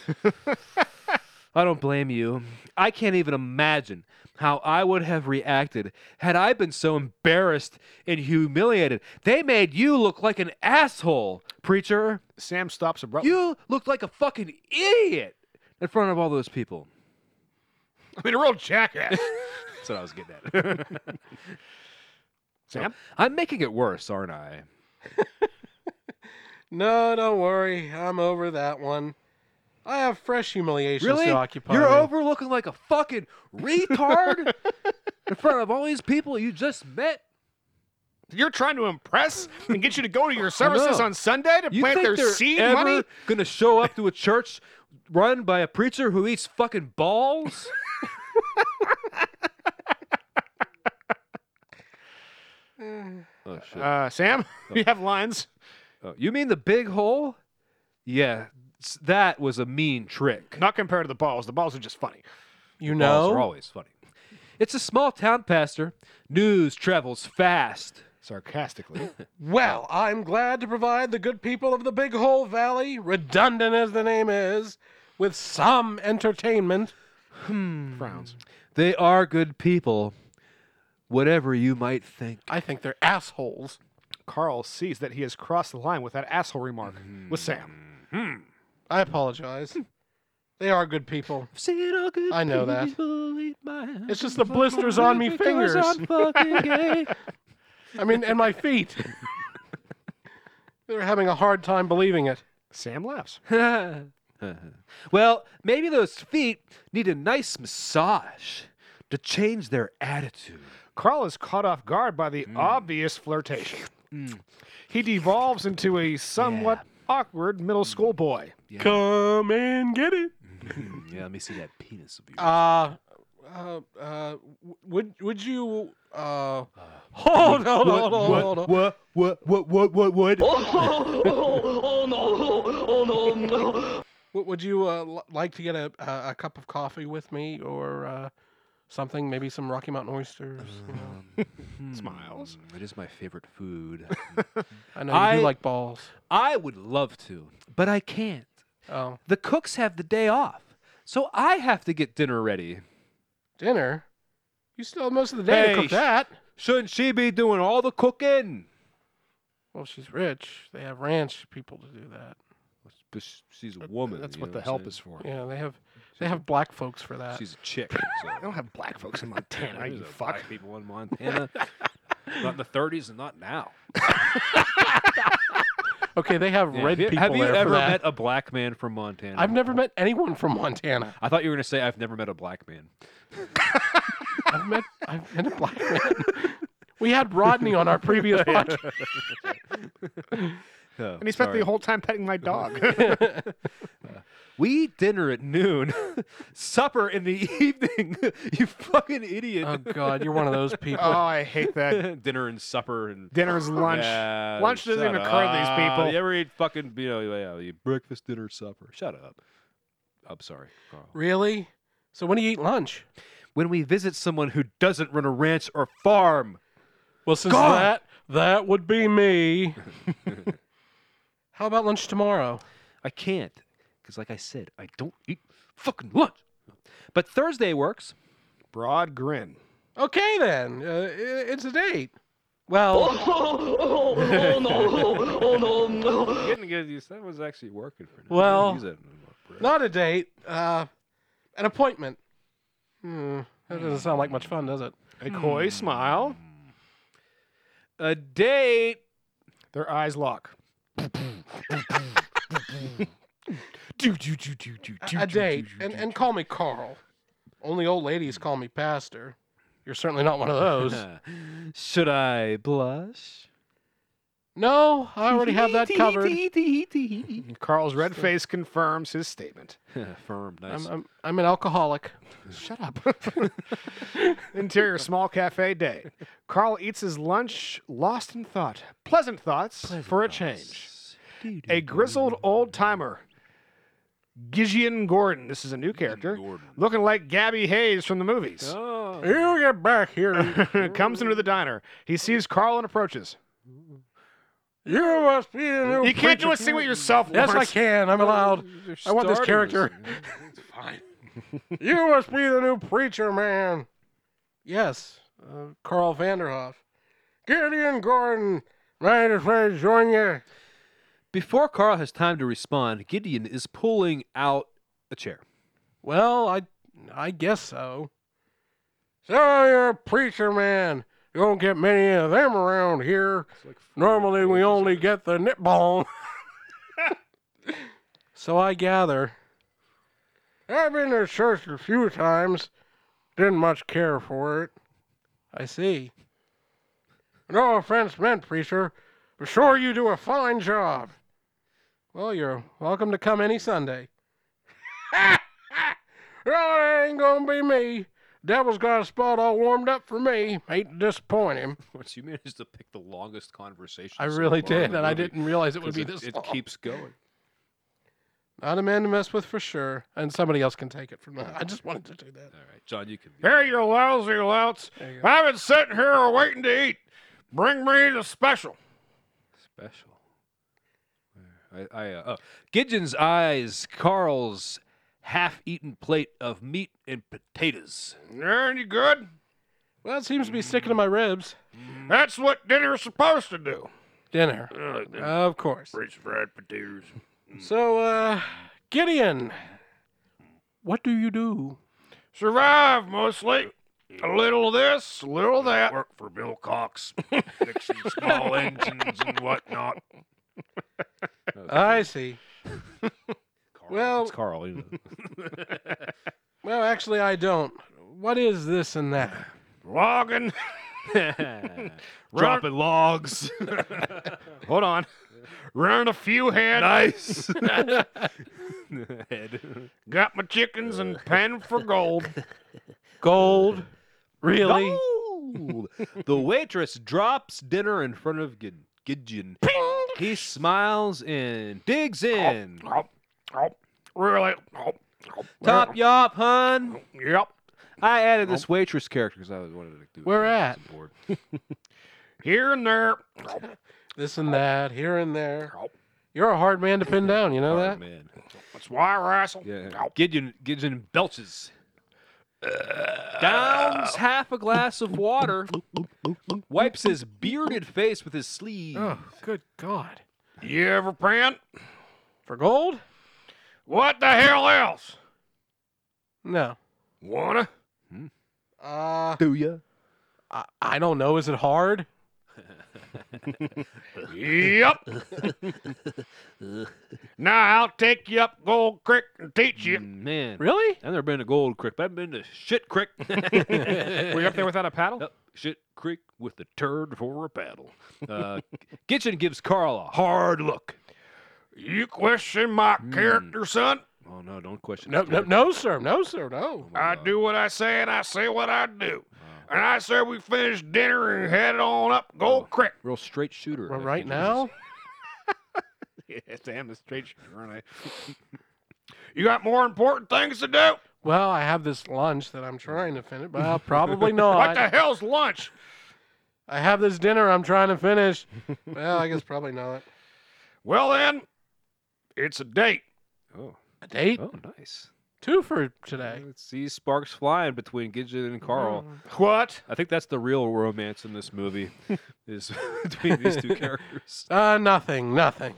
E: I don't blame you. I can't even imagine how I would have reacted had I been so embarrassed and humiliated. They made you look like an asshole, preacher.
B: Sam stops abruptly.
E: You looked like a fucking idiot in front of all those people.
B: I mean, a real
E: *laughs*
B: jackass.
E: That's what I was getting *laughs* at.
B: Sam?
E: I'm making it worse, aren't I?
C: No, don't worry. I'm over that one. I have fresh humiliations
E: Really?
C: to occupy.
E: You're
C: me.
E: over looking like a fucking retard in front of all these people you just met.
B: You're trying to impress and get you to go to
E: *laughs*
B: your services
E: know.
B: on Sunday to
E: You
B: plant
E: think
B: their
E: they're
B: seed
E: ever
B: money?
E: gonna show up to a church run by a preacher who eats fucking
C: *laughs*
E: balls? oh shit!
B: Uh, Sam, *laughs* you have lines.
E: Oh, you mean the big hole? Yeah, s- that was a mean trick.
B: Not compared to the balls. The balls are just funny.
C: You
E: Balls are
C: know.
E: always funny. It's a small town, pastor. News travels fast.
B: Sarcastically.
C: Well, I'm glad to provide the good people of the Big Hole Valley, redundant as the name is, with some entertainment.
B: frowns.
E: They are good people, whatever you might think.
C: I think they're assholes.
B: Carl sees that he has crossed the line with that asshole remark with Sam.
C: I apologize. they are good people.
E: I've seen all good
C: I know that.
E: people eat my
C: It's just the blisters on me
E: because
C: fingers.
E: I'm fucking gay.
C: *laughs* I mean, and my feet. they're having a hard time believing it.
B: Sam laughs.
E: *laughs* well, maybe those feet need a nice massage to change their attitude.
B: Carl is caught off guard by the obvious flirtation. He devolves into a somewhat awkward middle school boy.
C: Come and get it.
E: Mm, yeah, let me see that penis of yours.
C: Uh, uh, uh, w- would would you uh hold on, hold on, hold on, hold on.
E: what, Uh, what, what, what, what, what?
C: W- Would you uh, l- like to get a, a a cup of coffee with me or uh, something? Maybe some Rocky Mountain oysters. You know?
B: Smiles.
E: Mm, It is my favorite food. *laughs*
C: I know you
E: I-
C: do like balls.
E: I would love to, but I can't.
C: Oh,
E: The cooks have the day off, so I have to get dinner ready.
C: dinner. You still have most of the day to
E: Hey,
C: cook
E: sh-
C: that.
E: Shouldn't she be doing all the cooking?
C: Well, she's rich. They have ranch people to do that.
E: But sh- she's a woman.
B: That's
E: you
B: what
E: know
B: the
E: I'm
B: help
E: saying?
B: is for.
C: Yeah, they have They have black folks for that.
E: She's a *laughs* chick.
B: They don't have black folks in Montana,
E: There's
B: you
E: no
B: fuck.
E: black people in *laughs* Montana. not in the 30s and not now.
C: Okay, they have red
E: have you,
C: people
E: have you
C: there
E: ever
C: for that.
E: met a black man from Montana?
C: I've never met anyone from Montana.
E: I thought you were going to say I've never met a black man.
C: I've met I've met a black man. We had Rodney on our *laughs* previous podcast.
E: Oh,
B: And he spent
E: sorry.
B: the whole time petting my dog.
E: We eat dinner at noon, *laughs* supper in the *laughs* evening. you fucking idiot.
C: Oh God, you're one of those
B: *laughs*
C: people.
B: oh, I hate *laughs* that.
E: *laughs* dinner and supper and
B: Dinner's lunch.
E: Yeah,
B: Lunch doesn't
E: shut
B: even occur to these
E: up.
B: people.
E: You ever eat fucking you know yeah, you breakfast, dinner, supper. Shut up. I'm sorry, Oh. *gasps* Carl.
C: Really? So when do you eat lunch?
E: When we visit someone who doesn't run a ranch or farm,
C: Well, since
E: God!
C: that that would be *laughs* me. How about lunch tomorrow?
E: I can't. Because like I said, I don't eat fucking lunch. But Thursday works.
B: Broad grin.
C: Okay then, uh, i- it's a date. Well,
E: Getting good use that was actually working for now.
C: Well-
E: Use it anymore, bro.
C: not a date. Uh, an appointment. Hmm, that doesn't sound like much fun, does it?
B: A coy smile.
E: a date.
B: Their eyes lock.
C: A, a date. And and call me Carl. Only old ladies call me Pastor. You're certainly not one of *laughs* those.
E: Should I blush?
C: no, I already have that covered.
B: Carl's red face confirms his statement.
E: Firm,
C: I'm,
E: nice.
C: I'm, I'm an alcoholic.
B: Shut up. *laughs* Interior small cafe day. Carl eats his lunch, lost in thought. Pleasant thoughts for a change. A grizzled old timer. Gideon Gordon. This is a new character. Looking like Gabby Hayes from the movies.
E: Oh.
C: You get back *laughs* here.
B: *laughs* Comes into the diner. He sees Carl and approaches.
C: you must be a new
B: You can't do a single yourself,
C: Yes, I
B: Lawrence.
C: can. I'm allowed. I want this
E: starters.
C: character. It's fine. *laughs* you must be the new preacher man. Yes, uh, Carl Vanderhoff. Gideon Gordon, might as well join you.
E: Before Carl has time to respond, Gideon is pulling out a chair.
C: Well, I, I guess so. So you're a preacher man. You don't get many of them around here. Normally, we only get the nip bone. *laughs* so I gather. I've been to church a few times. Didn't much care for it. I see. No offense meant, preacher. But sure, you do a fine job. Well, you're welcome to come any Sunday. No, it ain't gonna be me. Devil's got a spot all warmed up for me. Hate to disappoint him.
E: Once you managed to pick the longest conversation.
C: I
E: so
C: really
E: far in
C: did,
E: the
C: and I
E: movie,
C: didn't realize it would
E: 'cause
C: be
E: it,
C: this
E: It
C: long.
E: keeps going.
C: Not a man to mess with for sure, and somebody else can take it from there. I just wanted to do that.
E: All right, John, you can.
B: Here, you lousy louts. I've been sitting here waiting to eat. Bring me the special.
E: Special. I, I uh, oh. Gidgeon's eyes, Carl's half-eaten plate of meat and potatoes.
B: There, any good?
C: Well, it seems to be sticking to my ribs.
B: That's what dinner's supposed to do.
C: Dinner, of course.
D: French fried potatoes.
E: Mm.
C: So, uh, Gideon, what do you do?
B: Survive mostly. A little of this, a little of that.
D: Work for Bill Cox, fixing small engines and whatnot.
C: I see.
E: *laughs* Carl.
C: Well-
E: it's Carl. You know.
C: *laughs* Well, actually, I don't. What is this and that?
B: *laughs* Logging,
D: Dropping logs.
B: hold on. Running a few head.
D: nice.
E: Head.
B: *laughs* Got my chickens and pan for gold.
C: Gold? Really?
E: Gold. *laughs* the waitress drops dinner in front of Gid- Gidgeon. He smiles and digs in.
B: Oh, oh, really? Oh, oh,
E: Top yop, hun.
B: Yep.
E: I added this waitress character because I wanted to do.
C: Oh. Where at?
E: Board.
B: Here and there.
C: This and that, here and there. You're a hard man to pin down, you know that?
E: man.
B: That's why I wrestle.
E: Yeah.
B: Oh,
E: Gideon, Gideon belches. Downs half a glass of water. wipes his bearded face with his sleeve.
C: Oh, good God.
B: You ever pan?
C: For gold?
B: What the hell else?
C: No.
B: Wanna?
C: Uh,
A: Do ya?
C: I, I don't know. Is it hard?
B: Yep. now I'll take you up Gold Creek and teach
E: Mm.
B: you.
A: Man,
C: Really?
A: I've never been to Gold Creek, but I've been to Shit Creek.
B: Were you up there without a paddle?
A: Up Shit Creek with the turd for a paddle. Uh, Gitchin gives Carl a hard look.
B: You question my
A: character,
B: son?
A: Oh no, don't question.
C: No,
A: the
C: no,
A: turd.
C: no, sir. No, sir. No.
A: Oh, my God.
B: do what I say and I say what I do.
A: Wow.
B: And I said we finished dinner and headed on up *laughs*
A: Gold Oh.
B: Creek.
A: Real straight shooter.
C: Well,
A: that
C: right
A: Gitchin
C: now,
A: is.
B: Yeah, damn, this straight shooter, *laughs* aren't I? you got more important things to do?
C: well, I have this lunch that I'm trying to finish. Well, probably not.
B: What the hell's lunch?
C: I have this dinner I'm trying to finish. well, I guess probably not.
B: Well, then, it's a date.
A: Oh,
C: A date?
A: oh, nice.
C: Two for today.
A: Let's see sparks flying between Gidget and Carl.
C: Oh.
B: What?
A: I think that's the real romance in this
C: *laughs*
A: movie, is *laughs* between these two characters.
C: Uh, nothing. Nothing.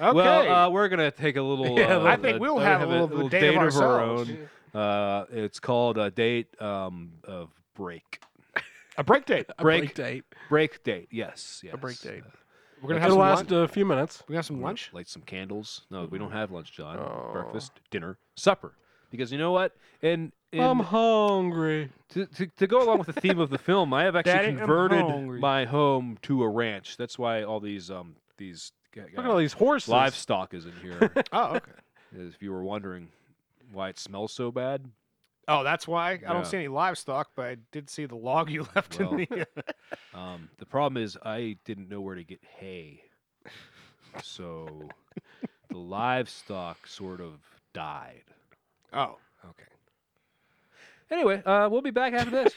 B: Okay.
A: Well, uh, we're gonna take a little.
C: *laughs* Yeah,
A: uh,
B: I think we'll
A: we
B: have a little date of ourselves.
A: Uh, it's called a date um, of break.
B: a break date.
C: A
A: Break.
C: break date.
A: Break date. Yes. yes.
C: A break date.
B: We're gonna have
C: It'll
B: some
C: last
B: lunch.
C: a few minutes.
B: We're gonna have some
A: We're gonna
B: lunch.
A: Light some candles. No, we don't have lunch, John.
C: Oh.
A: Breakfast, dinner, supper. Because you know what? And, and
C: I'm hungry.
A: to, to, to go along with the theme of the film, *laughs* I have actually
B: Daddy, I'm
A: converted
B: hungry.
A: my home to a ranch. That's why all these um these g-
C: Look
A: uh,
C: at all these
B: *laughs*
C: horses.
A: livestock is in *laughs* here.
B: Oh, okay.
A: if you were wondering why it smells so bad,
B: Oh, that's why I
A: Yeah.
B: don't see any livestock, but I did see the log you *laughs* left
A: Well.
B: in the. uh,
A: um, the problem is I didn't know where to get hay, so the livestock sort of died.
B: Oh,
A: Okay. Anyway, uh, we'll be back after *laughs* this.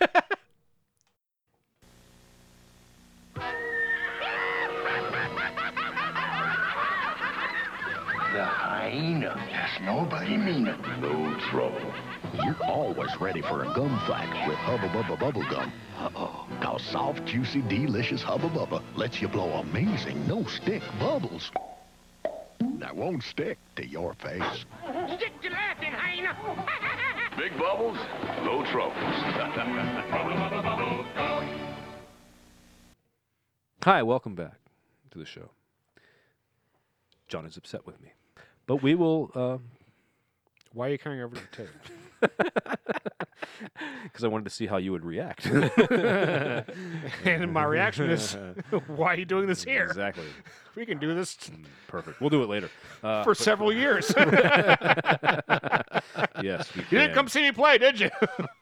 G: The hyena. There's nobody meaner. No trouble. You're always ready for a gum fight with Hubba Bubba Bubble Gum. Uh-oh. Cause soft, juicy, delicious Hubba Bubba lets you blow amazing no-stick bubbles. That won't stick to your face.
H: Stick to laughing, hyena.
G: Big bubbles, no *laughs* troubles.
A: Hi, welcome back to the show. John is upset with me, but we will. Um,
B: why are you coming over to the table?
A: because I wanted to see how you would react.
B: *laughs*
A: *laughs*
B: and my reaction *laughs* is, why are you doing this here?
A: Exactly.
B: We can do this t- *laughs*
A: Perfect. We'll do it later. Uh,
B: for several *laughs* years. you
A: yes, we
B: didn't
A: can.
B: come see me play, did you?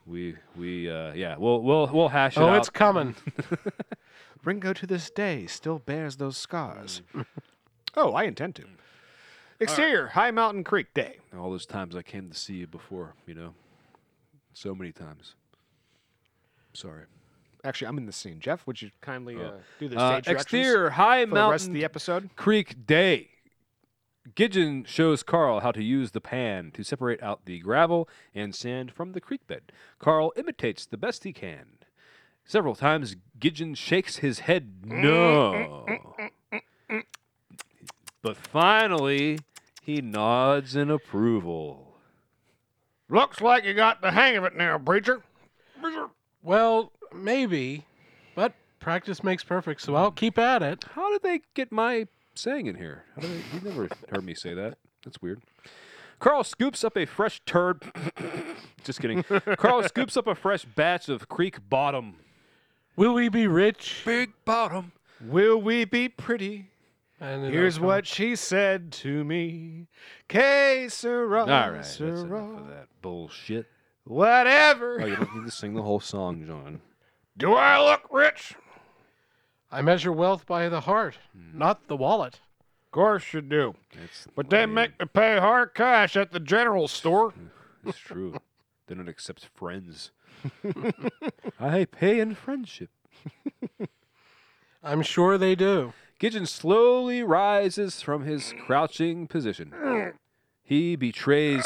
A: We we uh, yeah. We'll we'll we'll hash it
C: Oh,
A: out.
C: it's coming.
B: *laughs* Ringo to this day still bears those scars. *laughs* oh, I intend to. Exterior, High Mountain Creek Day.
A: All those times I came to see you before, you know, so many times. Sorry.
B: Actually, I'm in this scene. Jeff, would you kindly uh, do the
A: Uh,
B: stage directions
A: exterior High
B: for the rest
A: Mountain
B: of the episode?
A: Creek Day. Gidgen shows Carl how to use the pan to separate out the gravel and sand from the creek bed. Carl imitates the best he can. Several times, Gidgen shakes his head
B: Mm,
A: no. But finally, he nods in approval.
B: Looks like you got the hang of it now, Breacher.
C: Well, maybe, but practice makes perfect, so I'll keep at it.
A: How did they get my saying in here? How did they, he never heard me say that. That's weird. Carl scoops up a fresh turd. *coughs* Just kidding. Carl scoops up a fresh batch of creek bottom.
C: Will we be rich?
A: Big bottom.
B: Will we be pretty?
C: I knew that was
B: Here's
C: coming.
B: what she said to me. Que sera,
A: All right, that's
B: sera.
A: enough of that bullshit.
B: Whatever.
A: *laughs* Oh, you *laughs* don't need to sing the whole song, John.
B: Do I look rich?
C: I measure wealth by the heart, not the wallet.
B: Of course you do.
A: That's
B: But they
A: lame.
B: make me pay hard cash at the general store.
A: It's true. they don't accept friends. *laughs* I pay in friendship.
C: I'm sure they do.
A: Gidgeon slowly rises from his crouching position. He betrays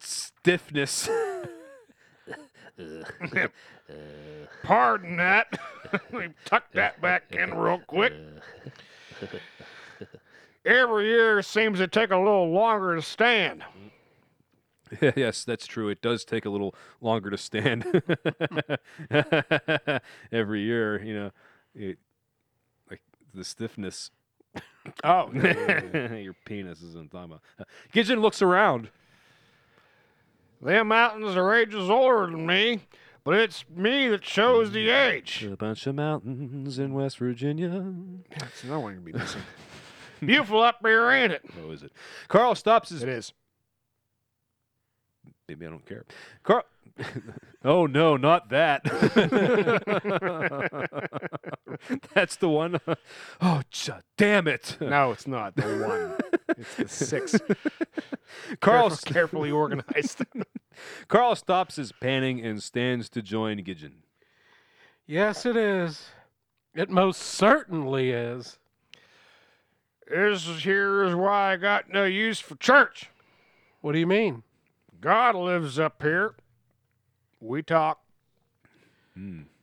A: s- stiffness. *laughs*
B: Pardon that. *laughs* Let me tuck that back in real quick. Every year seems to take a little longer to stand.
A: *laughs* yes, that's true. It does take a little longer to stand *laughs* every year. You know, it, like the stiffness.
B: Oh,
A: *laughs* Your penis is what I'm talking about. Uh, Gidget looks around.
B: them mountains are ages older than me, but it's me that shows the age.
A: A bunch of mountains in West Virginia.
B: That's another one you're gonna be *laughs* missing. Beautiful up here, ain't it?
A: What Oh, is it? Carl stops his.
B: It is.
A: Maybe I don't care. Carl. *laughs* oh no, not that. *laughs* That's the one. *laughs* Oh, j- damn it. *laughs*
B: No, it's not the one. It's the six.
A: *laughs* Carl,
B: Careful- carefully organized.
A: *laughs* Carl stops his panning and stands to join Gidgen.
C: Yes, it is. It most certainly is.
B: this is here is why I got no use for church.
C: What do you mean?
B: God lives up here. We talk.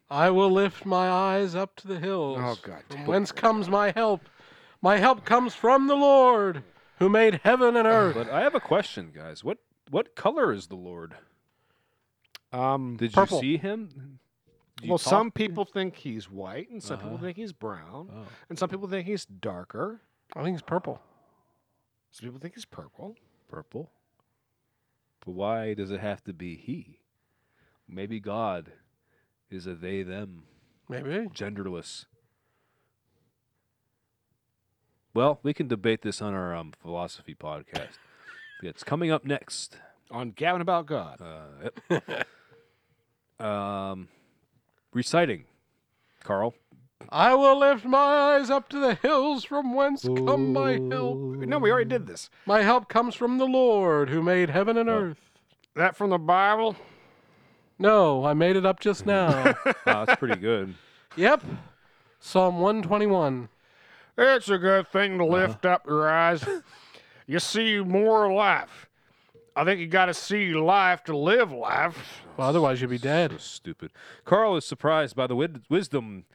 C: I will lift my eyes up to the hills.
B: Oh, God.
C: From whence comes my help? My help comes from the Lord, who made heaven and earth.
A: But I have a question, guys. What what color is the Lord?
B: Um,
A: Did
C: Purple.
A: you see him? Did you
B: well,
A: talk-
B: some people think he's white, and some people
A: Uh-huh.
B: think he's brown,
A: Oh.
B: and some people think he's darker.
C: I think it's purple.
B: Some people think he's purple.
A: purple. But why does it have to be he? Maybe God is a they them,
C: Maybe.
A: genderless. Well, we can debate this on our um, philosophy podcast. it's coming up next.
B: On Gavin about God.
A: Uh, yep. um, reciting, Carl.
C: I will lift my eyes up to the hills from whence come my help.
B: no, we already did this.
C: My help comes from the Lord who made heaven and earth.
B: That from the Bible.
C: No, I made it
A: *laughs*
C: up just now.
A: Wow, Ah, that's pretty good.
C: yep. Psalm 121.
B: It's a good thing to
A: Uh-huh.
B: lift up your eyes.
A: *laughs*
B: You see more life. I think you got to see life to
A: *laughs*
B: live life.
C: Well, otherwise you'd be dead.
A: So stupid. Carl is surprised by the wid- wisdom.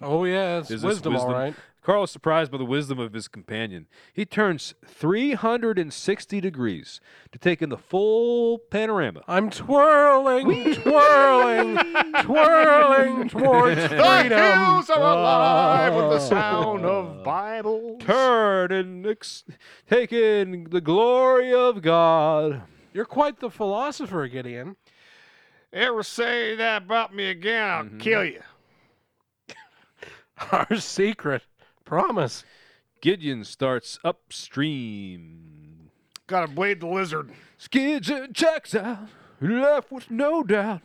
C: Oh yes,
A: Is this
C: wisdom, all
A: wisdom?
C: right.
A: Carl is surprised by the wisdom of his companion. He turns 360 degrees to take in the full panorama.
C: I'm twirling,
A: *laughs*
C: twirling, twirling towards
B: The
C: freedom.
B: hills are alive with the
A: Oh.
B: sound of Bible.
A: Turn and ex- take in the glory of God.
C: You're quite the philosopher, Gideon. *laughs*
B: Ever say that about me again, I'll
A: Mm-hmm.
B: kill you.
C: Our secret promise.
A: Gideon starts upstream.
B: Gotta blade the lizard.
A: Skidgen checks out, left with no doubt.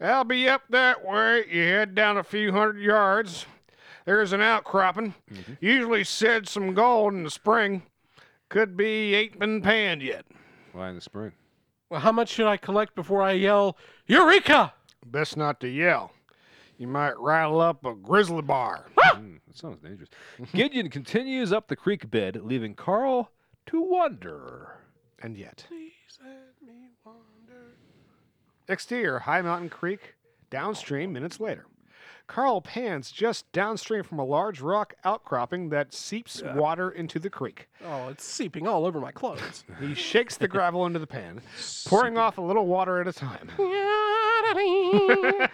B: I'll be up that way. You head down a few hundred yards. There's an outcropping. Usually seds some gold in the spring. Could be ain't been panned yet.
A: Why in the spring?
C: Well, how much should I collect before I yell, Eureka?
B: Best not to yell. You might rattle up a grizzly bar.
A: Mm, that sounds dangerous. Gideon continues up the creek bed, leaving Carl to wonder.
B: and yet. Exterior, High Mountain Creek, downstream minutes later. Carl pans just downstream from a large rock outcropping that seeps water into the creek.
C: Oh, it's seeping all over my clothes.
B: He shakes the gravel into the pan, pouring off a little water at a time. Nice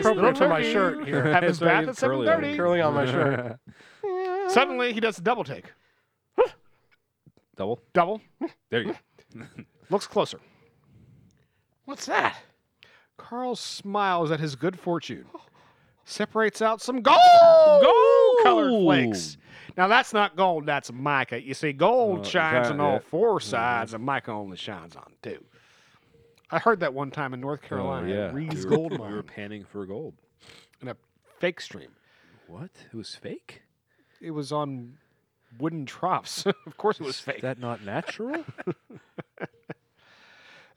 C: Appropriate
B: little
C: for my
B: turkey. *laughs*
C: shirt here.
B: Have his
A: Sorry,
B: bath at
A: it's curly on
B: 7:30.
C: Curling on my shirt.
B: *laughs* Suddenly, he does a double take.
A: Double.
B: Double,
A: There you go.
B: looks closer.
C: What's that?
B: Carl smiles at his good fortune, separates out some gold, gold colored flakes. Now that's not gold, that's mica. You see, gold
A: Uh, is
B: shines
A: that
B: on all
A: it? Mm-hmm.
B: four sides, and mica only shines on two. I heard that one time in North Carolina, at Reed's
A: we Oh, were,
B: Gold
A: We were
B: Mine,
A: panning for gold.
B: in a fake stream.
A: *laughs* What? It was fake?
B: It was on wooden troughs. *laughs* of course, it was fake.
A: that not natural? *laughs*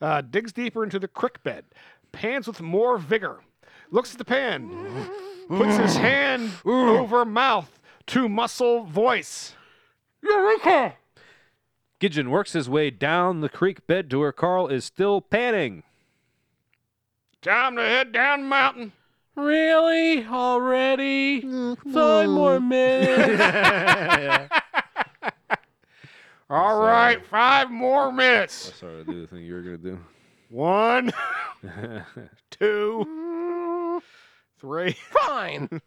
B: Uh, digs deeper into the creek bed, pans with more vigor, looks at the pan, puts his hand over mouth to muscle voice.
C: Eureka!
A: Gidgeon works his way down the creek bed to where Carl is still panning.
B: Time to head down mountain.
C: Really? Already? Five more minutes.
B: *laughs* All right, five more minutes.
A: Sorry to do the thing you were gonna do.
B: One, *laughs* two, three.
C: Fine.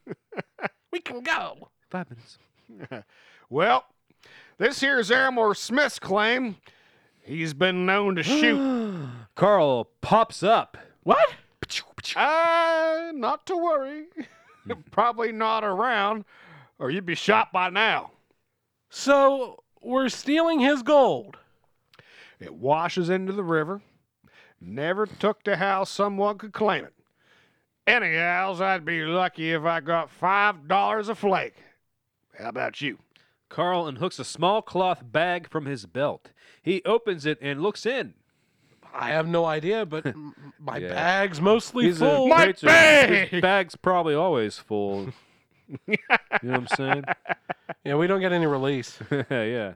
C: we can go.
A: Five minutes.
B: Well, this here's Aramore Smith's claim. He's been known to shoot.
A: Carl pops up.
C: What?
B: Ah, not to worry. *laughs* Probably not around, or you'd be shot by now.
C: So we're stealing his gold.
B: It washes into the river. Never took to how someone could claim it. Anyhow, I'd be lucky if I got five dollars a flake. How about you?
A: Carl unhooks a small cloth bag from his belt. He opens it and looks in.
C: I have no idea,
A: *laughs*
C: but m- my
A: Yeah.
C: bag's mostly
A: He's a
C: full.
B: My
A: preacher.
B: bag!
A: His bag's probably always full. you know what I'm
C: yeah, we don't get any release.
A: saying? *laughs* yeah.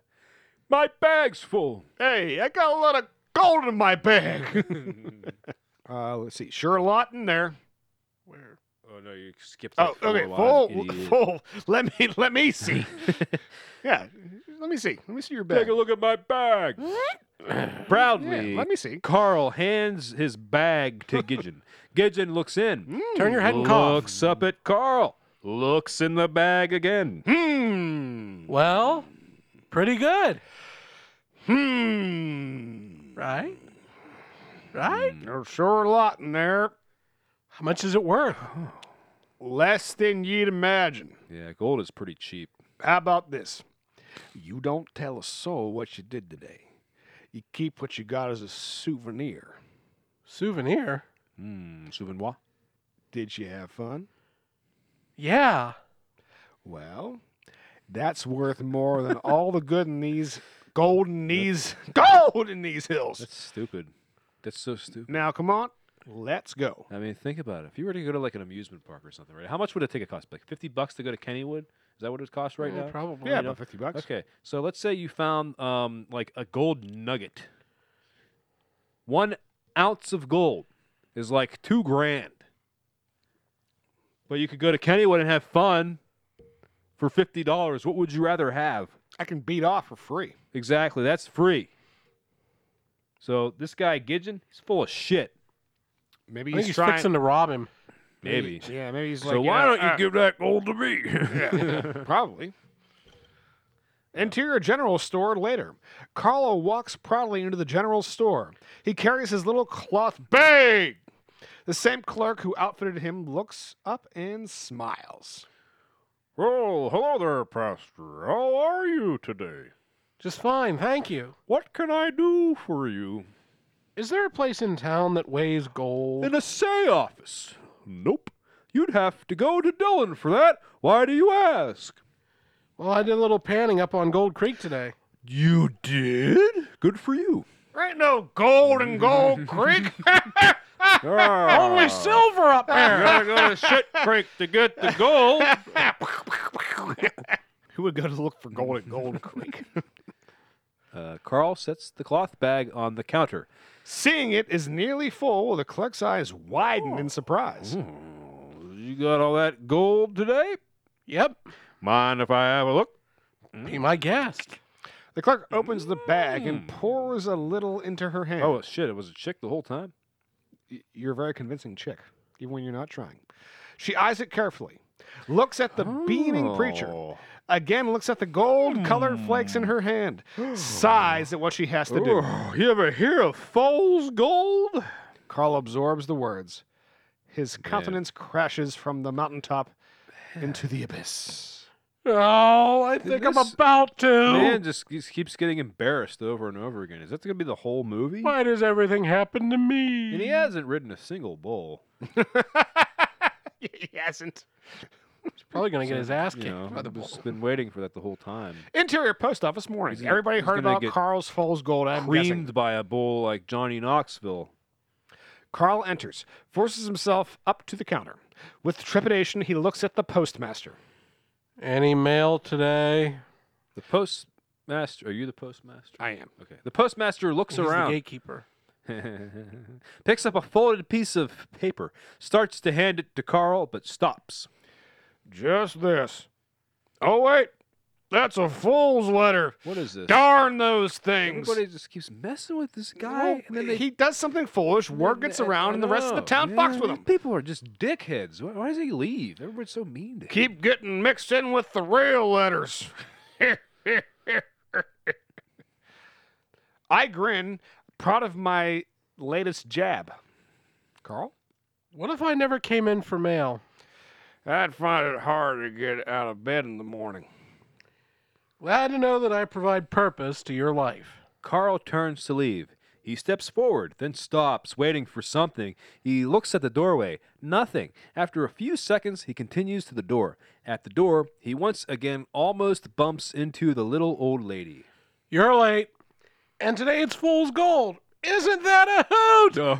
A: My bag's full.
B: Hey, I got a lot of gold in my bag. *laughs* uh, let's see. Sure, a lot in there. Where?
A: Oh no, you skipped.
B: Oh, okay. Full, full. Let me, let me see.
A: *laughs*
B: yeah, let me see. Let me see your bag.
A: Take a look at my bag. Proudly,
B: Yeah, let me see.
A: Carl hands his bag to Gidgen. Gidgen looks in.
C: Turn your head and cough.
A: Looks up at Carl. Looks in the bag again.
B: Hmm.
C: Well, pretty good,
B: Hmm.
C: right? Right?
B: There's sure a lot in there.
C: How much is it worth?
B: Less than you'd imagine.
A: Yeah, gold is pretty cheap.
B: How about this? You don't tell a soul what you did today. You keep what you got as a souvenir.
C: Souvenir?
A: Hmm, souvenir.
B: Did you have fun?
C: Yeah.
B: Well, that's worth more than all the good in these golden these *laughs* gold in these hills.
A: That's stupid. That's so stupid.
B: Now come on, let's go.
A: I mean, think about it. If you were to go to like an amusement park or something, right? How much would it take a cost? Like fifty bucks to go to Kennywood? Is that what it would cost right now?
C: Mm, Probably.
B: Yeah, about fifty bucks.
A: Okay, so let's say you found um, like a gold nugget. One ounce of gold is like two grand. But you could go to Kennywood and have fun for fifty dollars. What would you rather have?
B: I can beat off for free.
A: Exactly, that's free. So this guy Gidgen, he's full of shit.
B: Maybe
C: I think
B: he's,
C: he's
B: trying.
C: fixing to rob him.
A: Maybe.
B: Yeah, maybe he's like.
A: So why don't you
B: uh,
A: give that gold to me? *laughs*
B: *laughs* Yeah, probably. Interior General Store later. Carlo walks proudly into the General Store. He carries his little cloth bag. The same clerk who outfitted him looks up and smiles.
D: Oh, hello there, Pastor. How are you today?
C: Just fine, thank you.
D: What can I do for you?
C: Is there a place in town that weighs gold?
A: in a say office. Nope. You'd have to go to Dillon for that. Why do you ask?
C: Well, I did a little panning up on Gold Creek today.
A: You did? Good for you.
B: There ain't no gold in *laughs* Gold Creek.
C: Only silver up there.
A: go to Shit Creek to get the gold.
B: *laughs* who would go to look for gold at Gold Creek?
A: *laughs* Uh, Carl sets the cloth bag on the counter.
B: Seeing it is nearly full, the clerk's eyes widen in surprise.
A: You got all that gold today?
C: yep,
D: Mind if I have a look?
A: Hmm.
C: be my guest.
B: The clerk opens the bag and pours a little into her hand.
A: Oh, shit. It was a chick the whole time?
B: y- you're a very convincing chick, even when you're not trying. She eyes it carefully, looks at the beaming
A: Oh.
B: preacher, again looks at the gold colored flakes
A: Hmm.
B: in
A: *gasps*
B: her hand, sighs at what she has to do.
A: you ever hear of Foles gold?
B: Carl absorbs the words. His countenance crashes from the mountaintop into the abyss.
A: *laughs*
C: Oh, I think I'm
A: this-
C: about to.
A: Man just keeps- keeps getting embarrassed over and over again. Is that going to be the whole movie?
C: Why does everything happen to me?
B: Mm.
A: And he hasn't ridden a single bull.
B: he hasn't.
C: Probably gonna get his ass kicked
A: You
B: *laughs*
A: know,
C: by the
A: I've
C: bull.
A: just been waiting for that the whole time.
B: Interior post office morning.
A: He's-
B: Everybody
A: he's
B: heard
A: gonna
B: about
A: get
B: Carl's Falls Gold. I'm guessing.
A: Creamed by a bull like Johnny Knoxville.
B: Carl enters, forces himself up to the counter. With trepidation, he looks at the postmaster.
C: Any mail today?
A: The postmaster. Are you the postmaster?
B: I am.
A: Okay. The postmaster looks
C: He's the
A: around,
E: *laughs*
C: gatekeeper.
A: picks up a folded piece of paper, starts to hand it to Carl, but stops.
B: Just this. Oh, wait. That's a fool's letter.
E: What is this?
B: Darn those things.
E: Everybody just keeps messing with this guy,
B: Well,
E: and then they
B: he does something foolish. Word gets around, and the rest
E: Oh,
B: of the town fucks with him.
E: People are just dickheads. Why, why does he leave? Everybody's so mean to him.
B: Keep getting mixed in with the real letters. I grin, proud of my latest jab. Carl?
C: What if I never came in for mail?
B: I'd find it hard to get out of bed in the morning.
C: Glad to know that I provide purpose to your life.
E: Carl turns to leave. He steps forward, then stops, waiting for something. He looks at the doorway. Nothing. After a few seconds, he continues to the door. At the door, he once again almost bumps into the little old lady.
C: You're late. And today it's fool's gold. Isn't that a hoot?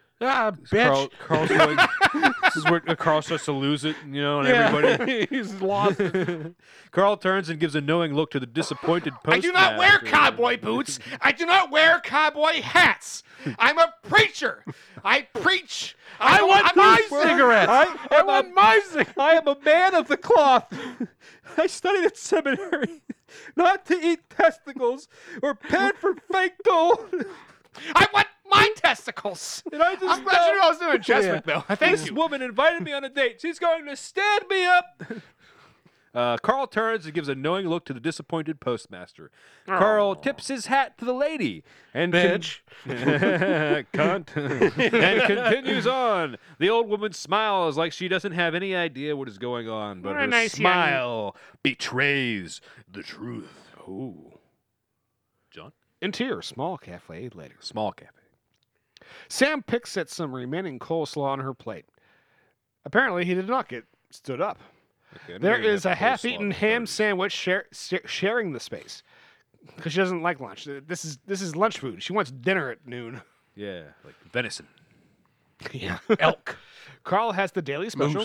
C: *laughs* ah,
A: Carl,
C: bitch. *laughs*
A: Carl's going. this is
E: uh,
A: where Carl starts to lose it, you know, and
C: Yeah.
A: everybody.
C: *laughs* He's
B: *laughs*
C: lost. it.
E: Carl turns and gives a knowing look to the disappointed postman.
B: I do not wear cowboy boots. I do not wear cowboy hats. I'm a preacher. I preach. I,
C: I want
B: I'm
C: my
B: not-
C: cigarettes. I, want my cigarettes.
E: I am a man of the cloth. *laughs* I studied at seminary, *laughs* not to eat testicles or pan for fake gold. *laughs*
B: I want my testicles.
E: And I just
B: I'm glad you knew I was doing a Cheswick, though. Thank
E: this
B: you.
E: woman invited me on a date. She's going to stand me up. *laughs* Uh, Carl turns and gives a knowing look to the disappointed postmaster. Carl tips his hat to the lady and con-
C: Bitch.
E: *laughs*
C: *laughs*
E: Cunt. and continues on. The old woman smiles like she doesn't have any idea what is going on, but
B: What a
E: her
B: nice young-
E: smile betrays the truth. Ooh. John?
B: Interior, small cafe later.
E: Small cafe.
B: Sam picks at some remaining coleslaw on her plate. Apparently, he did not get stood up. There is a half eaten ham sandwich share, share- sharing the space because she doesn't like lunch. This is, this is lunch food. She wants dinner at noon.
E: Yeah, like venison. *laughs*
B: Yeah. Elk. Carl has the daily special,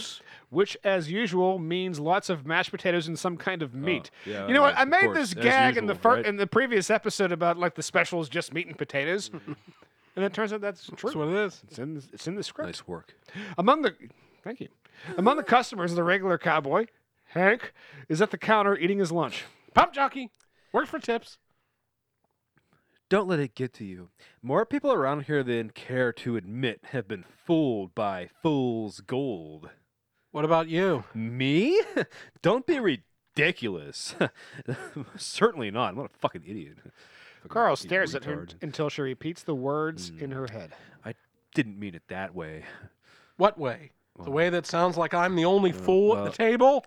B: which, as usual, means lots of mashed potatoes and some kind of meat.
E: Oh, yeah,
B: you know what?
E: right,
B: I
E: of
B: made
E: course,
B: this
E: as
B: gag in the
E: usual,
B: fir-
E: right?
B: in the previous episode about like the special is just meat and
E: *laughs*
B: potatoes, and it turns out that's true.
C: That's what it is.
B: it's in it's in the script.
E: Nice work.
B: Among the thank you, among the customers, the regular cowboy Hank is at the counter eating his lunch.
C: Pump jockey. Works for tips.
E: Don't let it get to you. More people around here than care to admit have been fooled by fool's gold.
C: What about you?
E: Me? *laughs* Don't be ridiculous. *laughs* Certainly not. I'm not a fucking idiot. Fucking
B: Carl
E: fucking
B: stares at her
E: retard. Hmm.
B: until she repeats the words in her head.
E: I didn't mean it that way.
C: What way? The way that sounds like I'm the only fool at
E: well-
C: the table?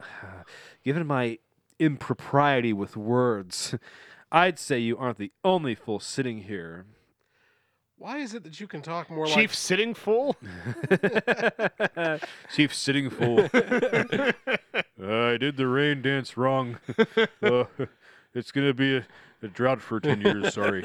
E: Given my impropriety with words, *laughs* I'd say you aren't the only fool sitting here.
C: Why is it that you can talk more
B: Chief sitting
E: *laughs*
B: fool.
E: Chief sitting *laughs* fool.
A: I did the rain dance wrong. Uh, it's gonna be a, a drought for ten years. Sorry.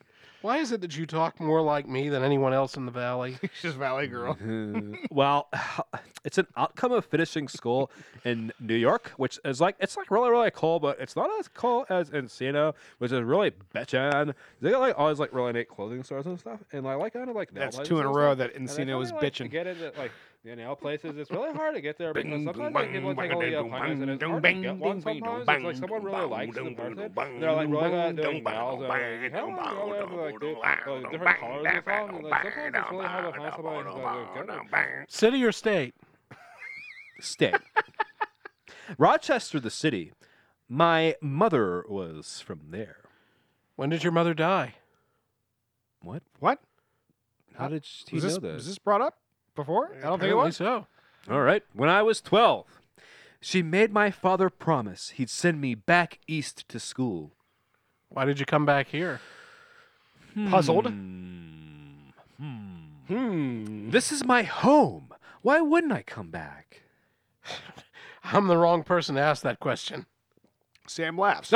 C: like Why is it that you talk more like me than anyone else in the *laughs* valley?
B: She's Valley Girl.
E: *laughs* well, *sighs* it's an outcome of finishing school in New York, which is like it's like really really cool, but it's not as cool as Encino, which is really bitchin'. They got like all these like really neat clothing stores and stuff, and I like kind of like
B: That's
E: nail
B: two in a
E: places and
B: row
E: stuff.
B: that
E: And I
B: Encino
E: kinda
B: is
E: like to
B: bitching.
E: Get into like you know places. It's really hard to get there because
I: Bing,
E: sometimes
I: bing,
E: they give like the holy
I: bing,
E: up hunters and it's
I: bing,
E: hard to
I: bing,
E: get one
I: bing, bing,
E: sometimes.
I: bing,
E: It's like someone really
I: bing,
E: likes it in
I: bing,
E: person.
I: bing,
E: and They're like really good at
I: bing,
E: doing nails and like,
I: bing,
E: hell,
I: bing,
E: they're really good at, like,
I: bing,
E: do- like, different colors and stuff. And, like, sometimes it's really hard to find somebody who's like, good at it.
C: City or state?
E: *laughs* state. Rochester, the city. My mother was from there.
C: When did your mother die?
E: What?
B: What?
E: How did she
B: Was this,
E: know this?
B: was this brought up before? I don't think it
C: Apparently
B: was.
C: so.
E: All right. When I was 12, she made my father promise he'd send me back east to school.
C: Why did you come back here?
B: Puzzled.
E: This is my home. Why wouldn't I come back?
C: I'm the wrong person to ask that question.
B: Sam *laughs* laughs,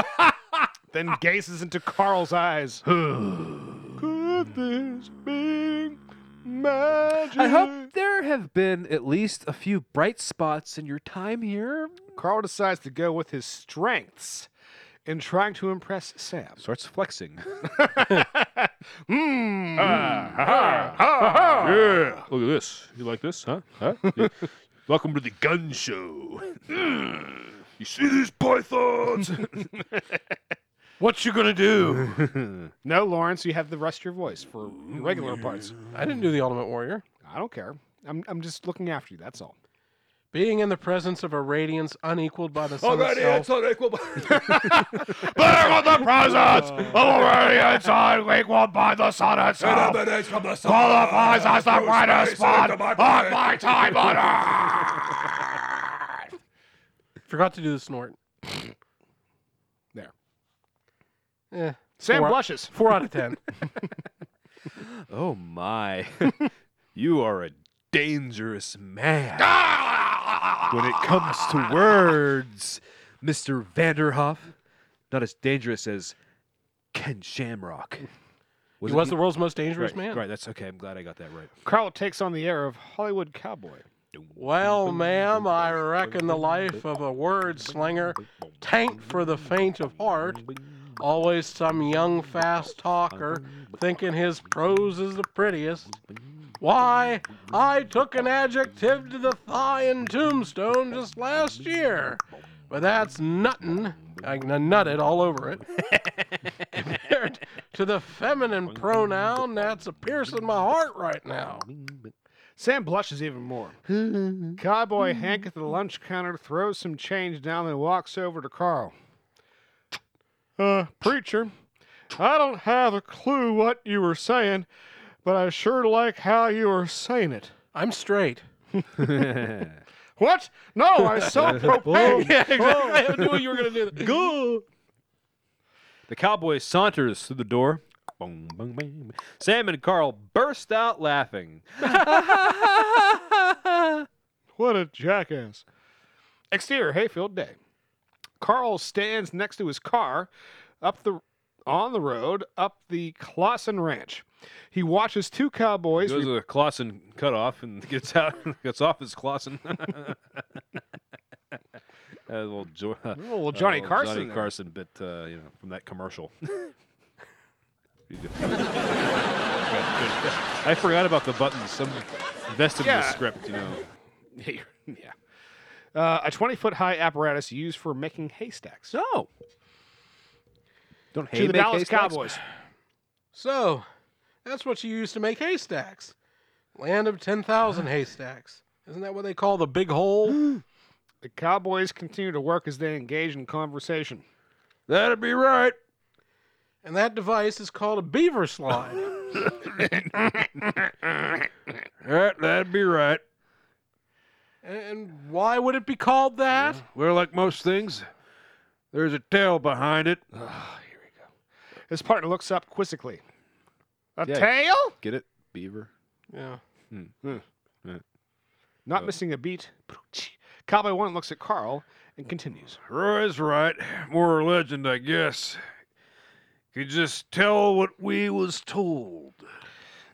B: then gazes into Carl's eyes. *sighs* Could this be magic?
E: I hope there have been at least a few bright spots in your time here.
B: *sighs* Carl decides to go with his strengths in trying to impress Sam.
E: Starts *laughs* flexing.
B: Mmm.
E: Ah,
A: Yeah, look at this. You like this, huh? Huh?
D: *laughs* Welcome to the gun show. Hmm. you see these pythons?
E: *laughs*
C: What you gonna do?
B: No, Lawrence, you have the rest of your voice for your regular parts.
C: I didn't do the Ultimate Warrior.
B: I don't care. I'm, I'm just looking after you. That's all.
C: Being in the presence of a radiance unequaled by the sun itself.
D: not equal. *laughs* Bear on the presence of already inside equal by the sun itself. Qualifies as the brightest spot of my time on earth.
C: Forgot to do the snort.
B: There.
C: Eh,
B: Sam
C: Four-
B: blushes.
C: four out of ten.
A: *laughs* Oh my. *laughs* you are a dangerous man. when it comes to *laughs* words, Mr. Vanderhoff. Not as dangerous as Ken Shamrock.
C: he was the world's most dangerous
A: right,
C: man.
A: Right, that's okay. I'm glad I got that right.
B: Carl takes on the air of Hollywood Cowboy.
C: Well, ma'am, I reckon the life of a word slinger, tank for the faint of heart, always some young fast talker, thinking his prose is the prettiest. Why, I took an adjective to the thigh and tombstone just last year, but that's nuttin'. I kn- nutted all over
A: *laughs*
C: it. Compared to the feminine pronoun, that's a piercing my heart right now.
B: Sam blushes even more. Cowboy Hank at the lunch counter throws some change down and walks over to Carl. Uh, preacher, I don't have a clue what you were saying, but I sure like how you were saying it.
C: I'm straight.
B: What? No, I saw propane.
C: *laughs* Yeah, exactly. I knew you were going to do that.
A: Go! The cowboy saunters through the door. Boom, boom, boom. Sam and Carl burst out laughing.
B: What a jackass. Exterior Hayfield Day. Carl stands next to his car up the on the road up the Clausen Ranch. He watches two
A: He
B: cowboys.
A: goes to the Clausen cutoff and *laughs* gets out, gets off his Clausen. *laughs* A little, jo- uh,
B: Oh, well, Johnny
A: little
B: Carson.
A: Johnny
B: there.
A: Carson bit, uh, you know, from that commercial. *laughs*
B: *laughs*
A: I forgot about the buttons. Some invested in
B: Yeah.
A: the script, you know. *laughs*
B: yeah. Uh, a 20 foot high apparatus used for making haystacks.
A: No. Don't
B: to the Dallas Cowboys.
C: So, that's what you use to make haystacks. Land of 10,000 haystacks. Isn't that what they call the big
D: *gasps*
C: hole?
B: The Cowboys continue to work as they engage in conversation. *sighs*
D: That'd be right.
C: and that device is called a beaver
D: *laughs*
C: slide.
D: That, that'd be right.
C: and why would it be called that?
D: Well, like most things, there's a tail behind it.
B: His partner looks up quizzically. A
A: Yeah.
B: tail?
A: Get it? Beaver.
C: Yeah.
B: Not missing a beat. Cowboy 1 looks at Carl and continues.
D: Roy's right. More a legend, I guess. Could just tell what we was told.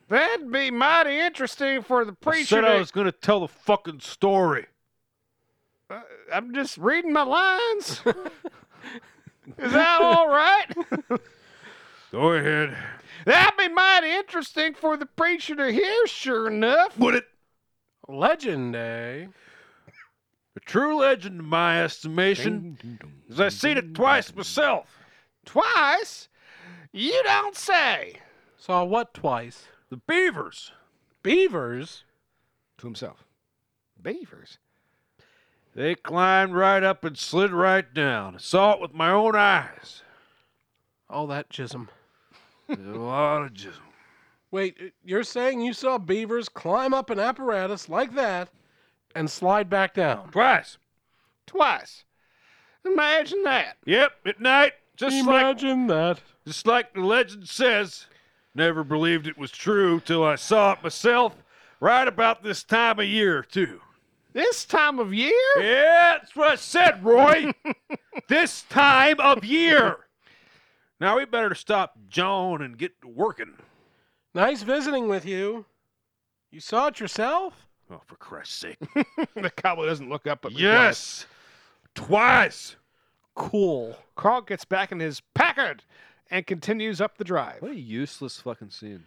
B: That'd be mighty interesting for the
D: I
B: preacher.
D: said I
B: to-
D: was gonna tell the fucking story.
B: Uh, I'm just reading my lines. Is that all
D: *laughs*
B: right?
D: Go ahead.
B: That'd be mighty interesting for the preacher to hear, sure enough.
D: Would it?
C: Legend Day.
D: A true legend, in my estimation, is I seen it twice myself.
B: Twice? You don't say.
C: Saw what twice?
D: The beavers.
C: Beavers?
B: To himself. Beavers.
D: They climbed right up and slid right down. I saw it with my own eyes.
C: All that chism.
D: There's a lot of just.
C: Wait, you're saying you saw beavers climb up an apparatus like that and slide back down?
D: Twice.
B: Twice. Imagine that.
D: Yep, at night. Just like
C: Imagine that.
D: Just like the legend says, never believed it was true till I saw it myself, right about this time of year, too.
B: This time of year?
D: Yeah, that's what I
A: *laughs*
D: said, Roy. this time of year. Now we better stop John and get to working.
C: Nice visiting with you. You saw it yourself?
D: Oh, for Christ's
A: *laughs*
D: sake.
B: the cowboy doesn't look up at me.
D: yes. Twice.
C: Cool.
B: Carl gets back in his Packard and continues up the drive.
A: What a useless fucking scene.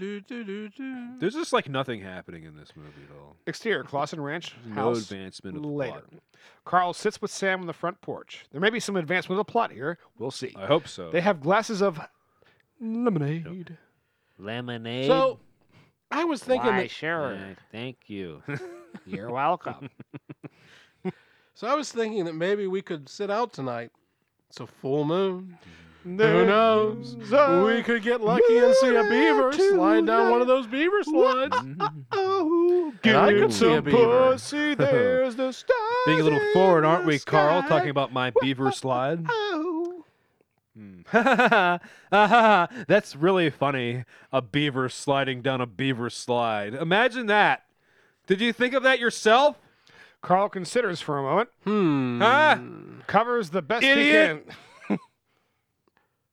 A: There's just like nothing happening in this movie at all.
B: Exterior, Clausen Ranch
A: There's no
B: house.
A: advancement of the
B: later.
A: plot.
B: Carl sits with Sam on the front porch. There may be some advancement of the plot here. We'll see.
A: I hope so.
B: They have glasses of lemonade.
J: Lemonade.
C: So I was thinking
J: Why,
C: that,
J: sure. Thank you. You're welcome.
C: so I was thinking that maybe we could sit out tonight. It's a full moon. Who
B: There's
C: knows?
B: a
C: We could get lucky and see a beaver slide down one of those beaver slides.
B: Oh,
C: And I could
B: get
C: see a
B: some
C: beaver.
B: pussy. There's the stars.
A: *laughs* Being a little
B: in
A: forward,
B: the
A: aren't we, Carl?
B: sky.
A: Talking about my beaver slide. Hmm.
B: Oh.
A: *laughs* That's really funny. A beaver sliding down a beaver slide. Imagine that. Did you think of that yourself?
B: Carl considers for a moment,
C: Hmm.
A: Huh?
B: covers the best
A: Idiot.
B: he can.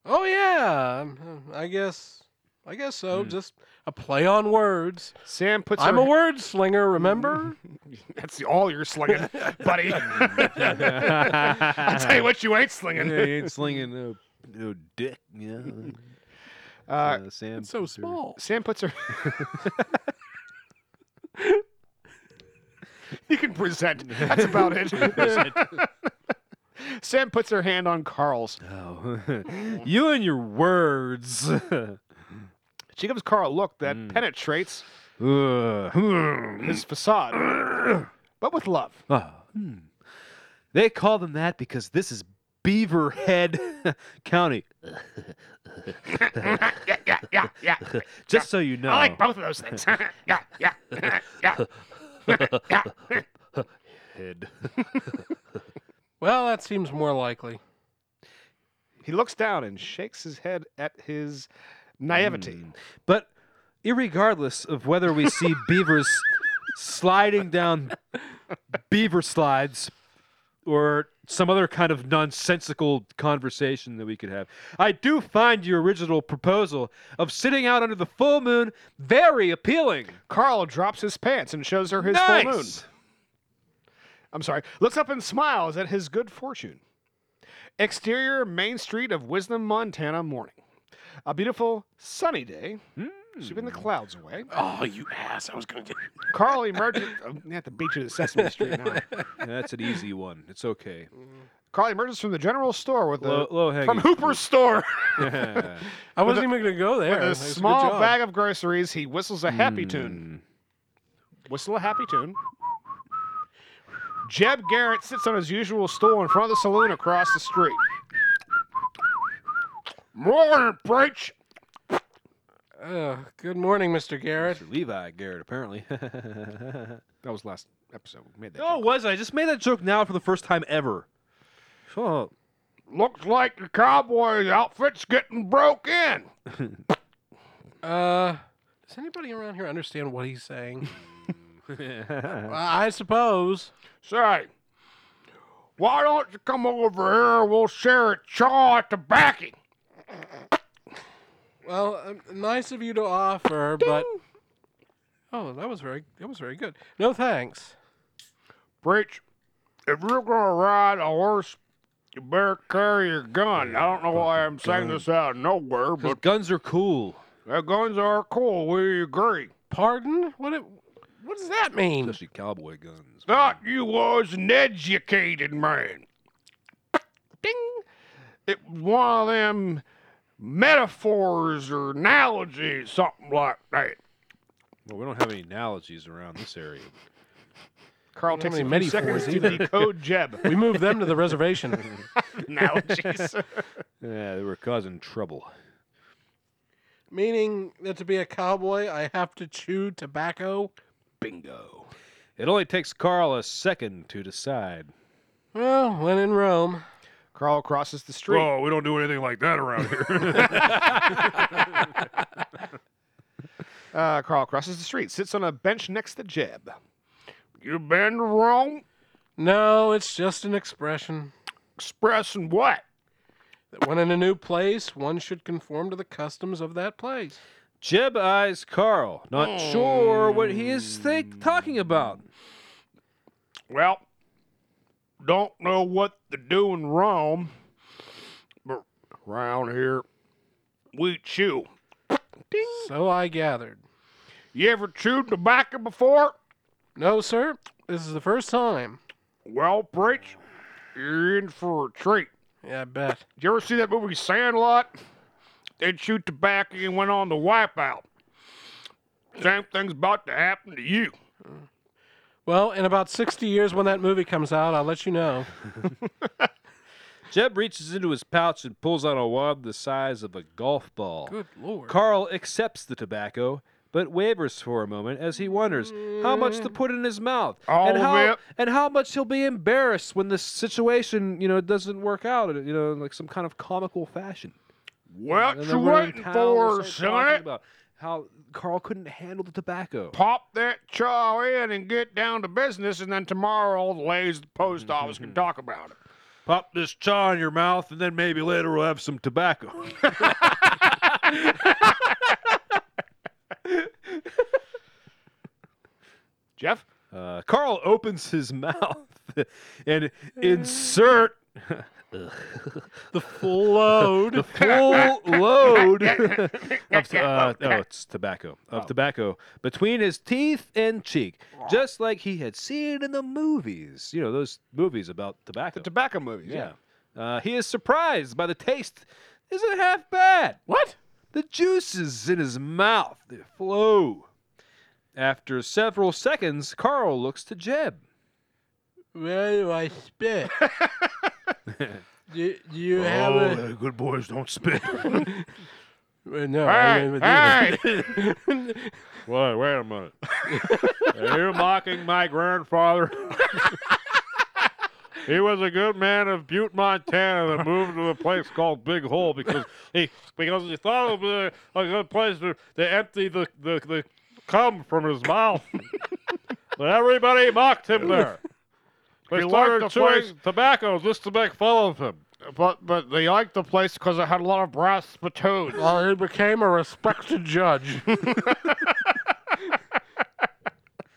C: Oh yeah. I guess. I guess so. Just a play on words.
B: Sam puts
C: I'm
B: her
C: a word slinger. Remember?
B: *laughs* That's the- all you're slinging, buddy. I tell you what, you ain't slinging.
A: Yeah, he ain't slinging no, no dick. Yeah.
B: Uh,
A: Uh, Sam.
C: It's so small.
B: Sam puts her. *laughs* you can present. That's about it. *laughs* Sam puts her hand on Carl's.
A: Oh. *laughs* you and your words. *laughs* Ugh.
B: She gives Carl a look that penetrates
A: Hmm.
B: his facade, but with love.
A: Ah, hmm. They call them that because this is Beaverhead *laughs* County.
D: Yeah, yeah, yeah, yeah.
A: Just so you know.
D: I like both of those things. *laughs* yeah, yeah, yeah.
A: Head.
C: Well, that seems more likely.
B: He looks down and shakes his head at his naivety.
D: Hmm.
A: But irregardless of whether we
C: *laughs*
A: see beavers sliding down beaver slides or some other kind of nonsensical conversation that we could have, I do find your original proposal of sitting out under the full moon very appealing.
B: Carl drops his pants and shows her his
A: nice.
B: full moon. I'm sorry, looks up and smiles at his good fortune. Exterior Main Street of Wisdom, Montana, morning. A beautiful sunny day, sweeping
D: Hmm.
B: the clouds away.
C: Oh, you ass! I was gonna do.
B: Carl emerges *laughs* I'm at the beach of the Sesame Street now.
A: Yeah, that's an easy one. It's okay.
B: Carl emerges from the general store with
A: Low,
B: a
A: low hanging.
B: from Hooper's
C: *laughs*
B: store
A: Yeah.
C: I wasn't even gonna go there.
B: with a
C: It's good
B: small
C: job. Hmm.
B: bag of groceries. He whistles a happy tune. Whistle a happy tune. Jeb Garrett sits on his usual stool in front of the saloon across the street.
D: Morning, preach.
C: Ugh, good morning, Mr. Garrett.
A: Mr. Levi Garrett, apparently. *laughs*
B: That was last episode. We made that.
A: no, it was I just made that joke now for the first time ever. Oh,
D: Looks like the cowboy's outfit's getting broke in.
C: Uh, does anybody around here understand what he's *laughs* saying? Well, I suppose.
D: Say, why don't you come over here? We'll share a chaw at the backy.
C: Well, um, nice of you to offer, but oh, that was very that was very good. No thanks.
D: Preach, if you're gonna ride a horse, you better carry your gun. I don't know why I'm saying this out of nowhere, but
A: guns are cool.
D: the guns are cool. We agree.
C: Pardon? What? It, what does that mean?
A: Especially cowboy guns.
D: Thought you was an educated man.
B: It was one of them
D: Metaphors or analogies, something like that.
A: Well, we don't have any analogies around this area.
B: Carl
C: Don't have
B: takes a
C: any
B: few seconds
C: metaphors
B: to decode *laughs* Jeb
C: We moved them to the reservation.
B: analogies.
A: *laughs* Yeah, they were causing trouble.
C: Meaning that to be a cowboy, I have to chew tobacco.
A: Bingo. It only takes Carl a second to decide.
C: Well, when in Rome.
B: Carl crosses the street.
D: we don't do anything like that around here.
B: *laughs* Uh, Carl crosses the street, sits on a bench next to Jeb.
D: you been to Rome?
C: No, it's just an expression
D: Expressing what?
C: that when in a new place, one should conform to the customs of that place.
A: Jeb eyes Carl, not sure what he is
B: Hmm.
A: think- talking about.
D: Well, don't know what to do in Rome, but around here, we chew.
B: Ding.
C: So I gathered.
B: You ever chewed tobacco before?
C: No, sir. This is the first time.
B: Well, preach, you're in for a treat.
C: Yeah, I bet.
B: Did you ever see that movie Sandlot? They chewed tobacco and went on the wipeout. Same thing's about to happen to you.
C: Well, in about 60 years when that movie comes out, I'll let you know.
E: Jeb reaches into his pouch and pulls out a wad the size of a golf ball.
C: Good lord.
E: Carl accepts the tobacco, but wavers for a moment as he wonders how much to put in his mouth
B: All
E: and
B: of
E: how
B: it.
E: and how much he'll be embarrassed when this situation, you know, doesn't work out, you know, in like some kind of comical fashion.
B: What
E: And
B: you
E: then we're in
B: waiting
E: town,
B: for,
E: we'll start talking
B: son?
E: about How Carl couldn't handle the tobacco.
B: Pop that chaw in and get down to business, and then tomorrow all the ladies at the post
E: *laughs*
B: office can talk about it.
E: Pop this chaw in your mouth, and then maybe later we'll have some tobacco. *laughs*
B: Jeff?
E: Uh, Carl opens his *laughs* mouth and insert
C: The full
A: *laughs*
C: load.
E: the full load of
A: *laughs*
E: uh, oh, it's tobacco
B: Oh.
E: of tobacco between his teeth and cheek, just like he had seen in the movies. You know those movies about tobacco.
B: Tobacco movies.
E: yeah. Uh, he is surprised by the taste. Isn't half bad.
C: what?
E: The juices in his mouth they flow. After several seconds, Carl looks to Jeb.
C: Where do I
B: *laughs*
C: spit? do, do
B: Oh.
C: you have a.
D: good boys don't spit.
C: Well, no, I mean, with you.
B: Hey,
D: Wait, wait a minute. Are you mocking my grandfather? *laughs* he was a good man of Butte, Montana, that moved to a place called Big Hole because he because he thought it was a, a good place to, to empty the, the, the cum from his mouth. *laughs* but everybody mocked him there. They
B: He liked
D: started
B: the
D: chewing
B: place-
D: tobacco just to make fun of him.
B: But but they liked the place because it had a lot of brass spittoons.
C: Well, he became a respected judge. *laughs*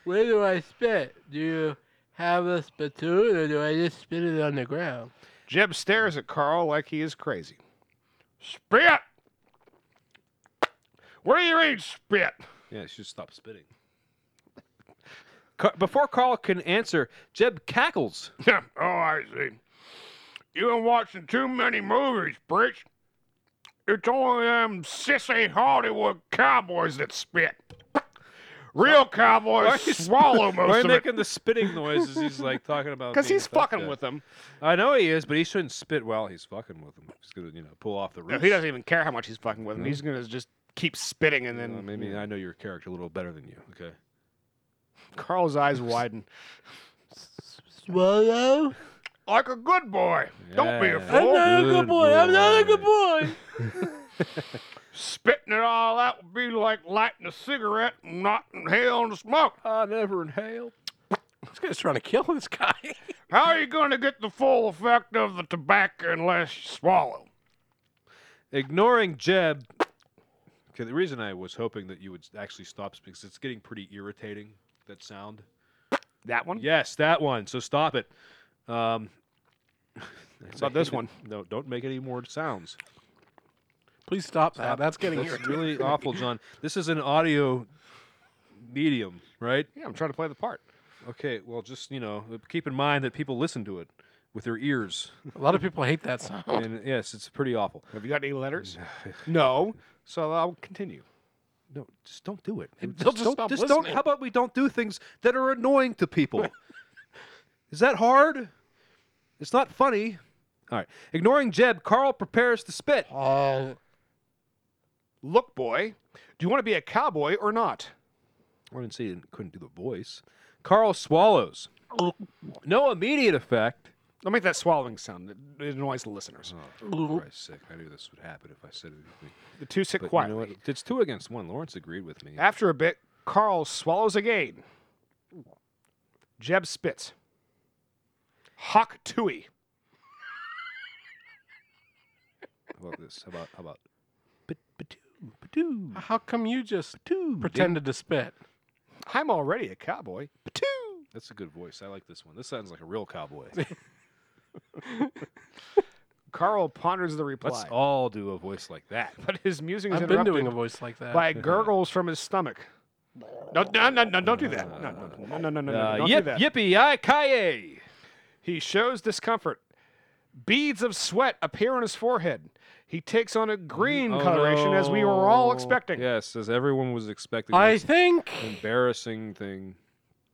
C: Where do I spit? Do you have a spittoon or do I just spit it on the ground?
B: Jeb stares at Carl like he is crazy.
D: Spit! What do you mean, spit?
E: *laughs* Yeah, she should stop spitting. Car- Before Carl can answer, Jeb cackles.
B: *laughs*
D: oh, I see.
B: You've been watching too many movies, Pritch. It's only them sissy Hollywood cowboys that spit. Real cowboys swallow
C: Oh,
E: Why
B: most of it.
E: making the spitting noise as
C: *laughs*
E: he's like talking about?
B: Because
E: being
B: he's
E: fucked
B: fucking
E: at?
B: with them.
E: I know he is, but he shouldn't spit while he's fucking with him. He's gonna, you know, pull off the
B: No,
E: roof.
B: he doesn't even care how much he's fucking with them. He's going to just keep spitting, and then
E: maybe I know your character a little better than you. Okay.
B: Carl's *laughs* eyes widen.
C: Swallow?
B: Like a good boy. Don't be a
E: Yeah.
C: I'm
B: fool.
C: not a good
E: Good
C: boy. I'm not a
E: boy.
C: good boy.
B: Spitting it all out would be like lighting a cigarette and not inhaling the smoke.
E: I Ah, never inhaled.
C: This guy's trying to kill this guy. *laughs*
B: How are you going to get the full effect of the tobacco unless you swallow?
E: Ignoring Jeb. Okay, the reason I was hoping that you would actually stop is because it's getting pretty irritating. That sound.
B: That one?
E: Yes, that one. So stop it. Um, *laughs*
B: about this one?
E: No, don't make any more sounds.
C: Please stop that. That's getting
E: That's
C: irritating.
E: really awful, John. This is an audio medium, right?
B: *laughs* Yeah, I'm trying to play the part.
E: Okay, well, just you know, keep in mind that people listen to it with their ears,
C: A lot of people hate that *laughs* sound.
E: and yes, it's pretty awful.
B: Have you got any letters? no. So I'll continue.
E: No, just don't do it. Just,
C: they'll just
E: don't.
C: stop
E: just don't.
C: listening.
E: How about we don't do things that are annoying
B: *laughs*
E: to people? is that hard? It's not funny. All right. Ignoring Jeb, Carl prepares to spit.
C: Oh,
B: Look, boy, do you want to be a cowboy or not?
E: I didn't say he didn't- couldn't do the voice. Carl swallows. No immediate effect.
B: Don't make that swallowing sound. It, it annoys the listeners.
E: Oh, Christ's sake! I knew this would happen if I said anything.
B: The two sit
E: But you
B: quietly.
E: know what? It's two against one. Lawrence agreed with me.
B: After a bit, Carl swallows again. Jeb spits. Hawk Tui.
E: How about this? How about how about? Ba- ba-doo, ba-doo,
C: how come you just
E: ba-doo.
C: pretended to spit?
B: I'm already a cowboy. Patoo! *laughs*
E: That's a good voice. I like this one. This sounds like a real cowboy.
B: Carl ponders the reply,
A: Let's all do a voice like that.
B: but his musing is
C: I've been
B: interrupted
C: doing a voice like that.
B: by gurgles from his stomach. No, no, no, no, don't do that. No, no, no, no, no, no, no
A: Uh,
B: don't
A: yip,
B: do that.
A: yippee, I kaye.
B: He shows discomfort. Beads of sweat appear on his forehead. He takes on a green
E: Oh,
A: Oh,
B: coloration as we were all expecting.
A: Yes, as everyone was expecting.
C: I
A: this
C: think
A: embarrassing thing.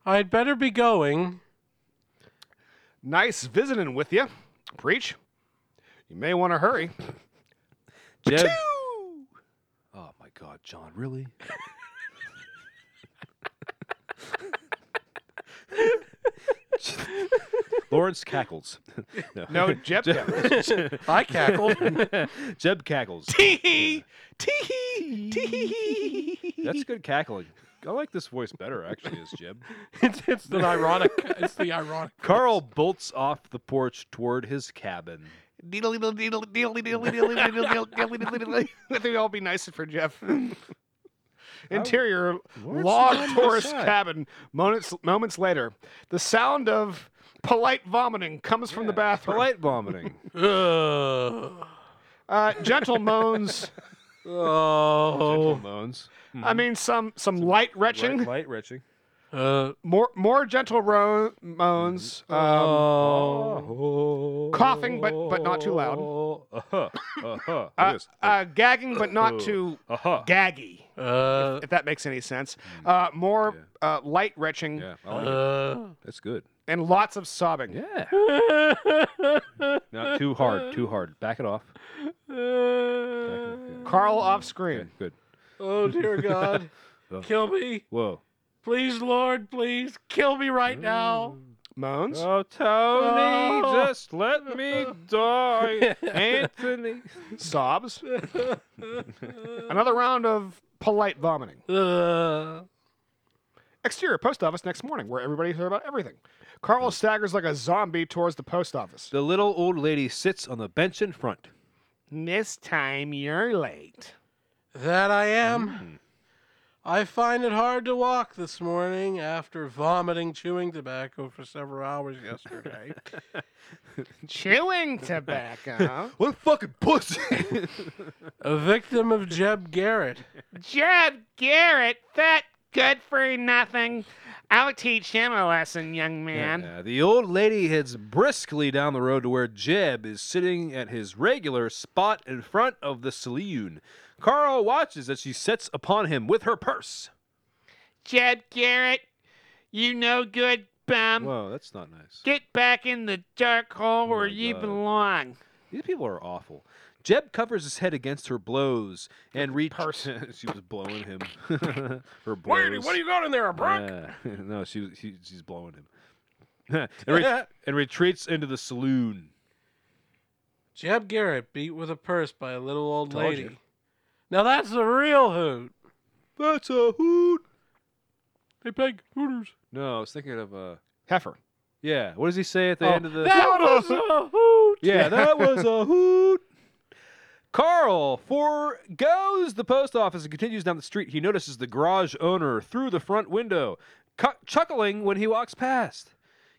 C: I'd better be going.
B: Nice visiting with you. Preach. You may want
A: *laughs*
B: to hurry.
A: Deb. Oh my God, John, really? *laughs* Lawrence cackles. no.
B: No, Jeb. Jeb. *laughs*
C: I *laughs* cackled.
A: Jeb cackles.
B: Tee-hee. Tee-hee. Tee-hee.
A: That's good cackling. I like this voice better actually as
B: *laughs*
A: Jeb.
C: it's, it's the ironic. It's the ironic.
A: Carl bolts off the porch toward his cabin.
B: Deedle, deedle, deedle, deedle, deedle, deedle, deedle, deedle, deedle, deedle, deedle. Let it all be nice
A: *laughs*
B: for Jeff. Interior log tourist cabin. Moments, moments later, the sound of polite vomiting comes from the bathroom.
A: Polite vomiting.
C: *laughs* Ugh.
B: Uh,
A: *laughs*
B: gentle moans.
A: Gentle
C: Oh.
A: moans.
B: I mean, some some light
A: Mm-hmm.
B: retching.
A: Light, light retching.
C: Uh,
B: More more gentle ro- moans.
A: Mm-hmm.
B: Um,
C: oh.
B: coughing, but but not too loud.
A: Uh-huh. Uh-huh.
B: Uh,
A: Yes.
B: uh, gagging, but not too
A: Uh-huh. Mm.
B: gaggy.
C: Uh,
B: If that makes any sense. Uh, more uh, light retching
A: Yeah, I like it.
C: uh.
A: That's good.
B: and lots of sobbing.
A: Yeah. Not too hard. Too hard. Back it off. Back it off, yeah.
B: Carl off
A: Okay,
B: screen.
A: good.
C: Oh dear God! *laughs* Kill me,
A: Whoa.
C: please, Lord, please kill me right now.
B: Moans.
A: Oh, Tony,
C: Oh.
A: just let me die.
B: *laughs*
A: Anthony. *laughs*
B: sobs. Another round of polite vomiting.
C: Uh,
B: Exterior post office next morning, where everybody heard about everything. Carl staggers like a zombie towards the post office.
A: The little old lady sits on the bench in front.
B: This time you're late.
C: that I am. I find it hard to walk this morning after vomiting chewing tobacco for several *laughs* hours yesterday.
B: Chewing *laughs* tobacco.
A: What fucking *laughs* pussy?
C: A victim of Jeb Garrett.
J: Jeb Garrett, that good for nothing. I'll teach him a lesson, young man.
A: Uh, the old lady heads briskly down the road to where Jeb is sitting at his regular spot in front of the saloon. Carl watches as she sets upon him with her purse.
J: Jeb Garrett, you no good
B: Hmm.
J: bum.
A: Whoa, that's not nice.
J: Get back in the dark
B: Oh
J: hole where
A: my
J: you
A: God.
J: belong.
A: These people are awful. Jeb covers his head against her blows and reach. *laughs* she was blowing him. *laughs* her blows.
C: got in there, a
A: Yeah. *laughs* no, she, was- she she's blowing him. *laughs* and, *laughs* re- and retreats into the saloon.
C: Jeb Garrett beat with a purse by a little old
A: Told
C: lady.
A: you.
C: Now that's a real hoot.
A: That's a hoot.
C: They peg hooters.
A: No, I was thinking of uh.
B: Heifer.
A: Yeah, what does he say at the
C: Oh,
A: end of the?
C: that was a hoot.
A: Yeah, that was a hoot. Carl forgoes the post office and continues down the street. He notices the garage owner through the front window, cu- chuckling when he walks past.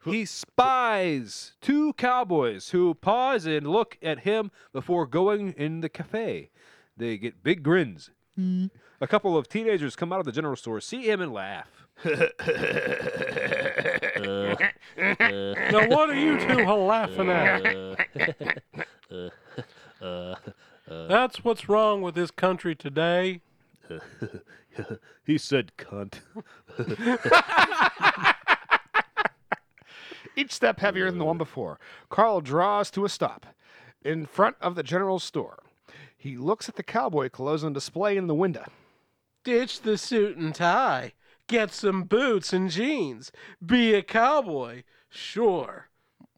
A: He spies two cowboys who pause and look at him before going in the cafe. They get big grins. A couple of teenagers come out of the general store, see him, and laugh.
C: Now what are you *laughs* two laughing at? *laughs* That's what's wrong with this country today.
A: He said, cunt.
B: Each step heavier than the one before. Carl draws to a stop in front of the general store. He looks at the cowboy clothes on display in the window.
C: Ditch the suit and tie. Get some boots and jeans. Be a cowboy. Sure.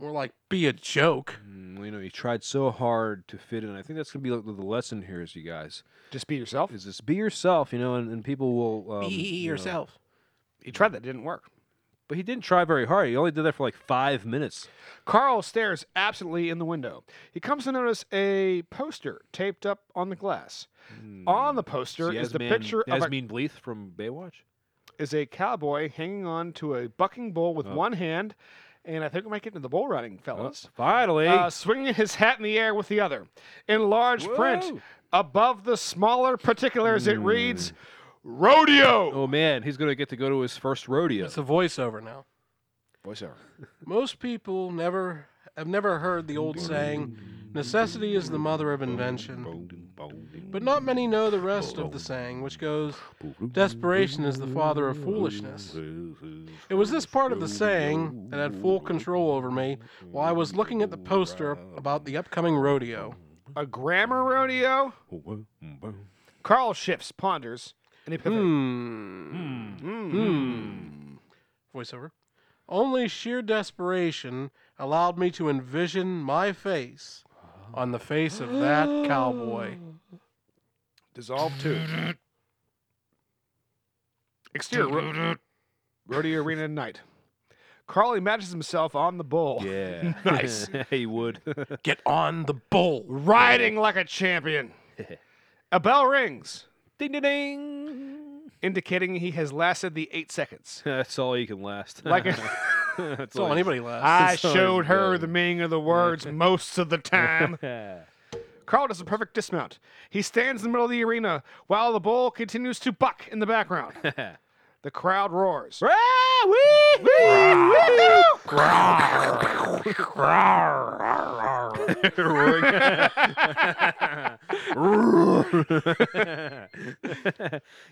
C: More like be a joke.
A: Mm, You know, he tried so hard to fit in. I think that's going to be the- the lesson here, is you guys.
B: Just be yourself.
A: is this be yourself, you know, and, and people will um, you know.
B: He tried that, it didn't work.
A: But he didn't try very hard. He only did that for *laughs* like five minutes.
B: Carl stares absently in the window. He comes to notice a poster taped up on the glass. On the poster is the
A: Yasmin-
B: picture of a,
A: Yasmin Bleeth from Baywatch.
B: is a cowboy hanging on to a bucking bull with one hand And I think we might get into the bull riding, fellas.
A: Finally,
B: Uh, swinging his hat in the air with the other. In large print,
A: Whoa.
B: above the smaller particulars, it reads Rodeo!
A: oh man, he's gonna get to go to his first rodeo.
C: It's a voiceover now.
B: Voiceover.
C: Most people never have never heard the old saying, "Necessity is the mother of invention." But not many know the rest of the saying, which goes, "Desperation is the father of foolishness."
A: *laughs*
C: It was this part of the saying that had full control over me while I was looking at the poster about the upcoming rodeo.
B: A grammar rodeo? Carl shifts, ponders, and he pivots.
C: Hmm. Hmm. Voiceover. Only sheer desperation allowed me to envision my face on the face of that cowboy.
B: Dissolve two. Exterior ro- rodeo arena night. Carl imagines himself on the bull,
A: *laughs* Yeah,
B: *laughs* Nice.
A: he would.
C: Get on the bull.
B: riding like
A: *laughs*
B: a champion. a bell rings,
A: ding ding ding.
B: indicating he has lasted the eight seconds.
A: That's all he can *laughs* last.
B: Like a,
A: that's
C: That's all anybody lasts.
B: I
A: So
B: showed her
A: good.
B: the meaning of the words most of the time.
A: *laughs* Yeah.
B: Carl does a perfect dismount. He stands in the middle of the arena while the bull continues to buck in
A: *laughs*
B: the background. the crowd roars.
A: *laughs*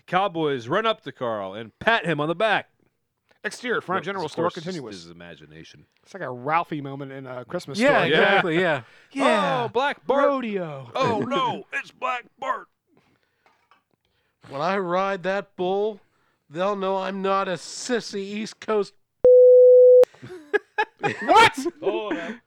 A: Cowboys run up to Carl and pat him on the back.
B: Exterior, front of general
A: Of
B: store,
A: course, it's
B: continuous.
A: His imagination.
B: It's like a Ralphie moment in a Christmas
C: yeah,
B: story.
C: exactly.
A: *laughs*
C: Yeah.
A: Oh, Black Bart.
B: Rodeo.
A: Oh no, it's Black Bart.
C: When I ride that bull, they'll know I'm not a sissy East Coast.
B: *laughs* What?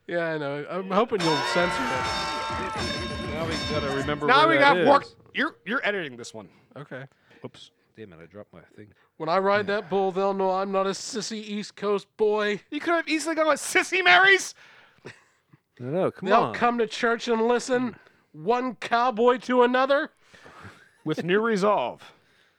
C: Yeah, I know. I'm hoping you'll censor it.
A: Now we gotta remember.
B: now
A: where
B: we
A: that
B: got
A: is.
B: work. You're you're editing this one.
C: Okay.
A: Oops. Damn it! I dropped my thing.
C: When I ride that bull, they'll know I'm not a sissy East Coast boy.
B: You could have easily gone with Sissy Marys.
A: No, no, come
C: They'll
A: on.
C: come to church and listen. One cowboy to another.
B: With new resolve. *laughs*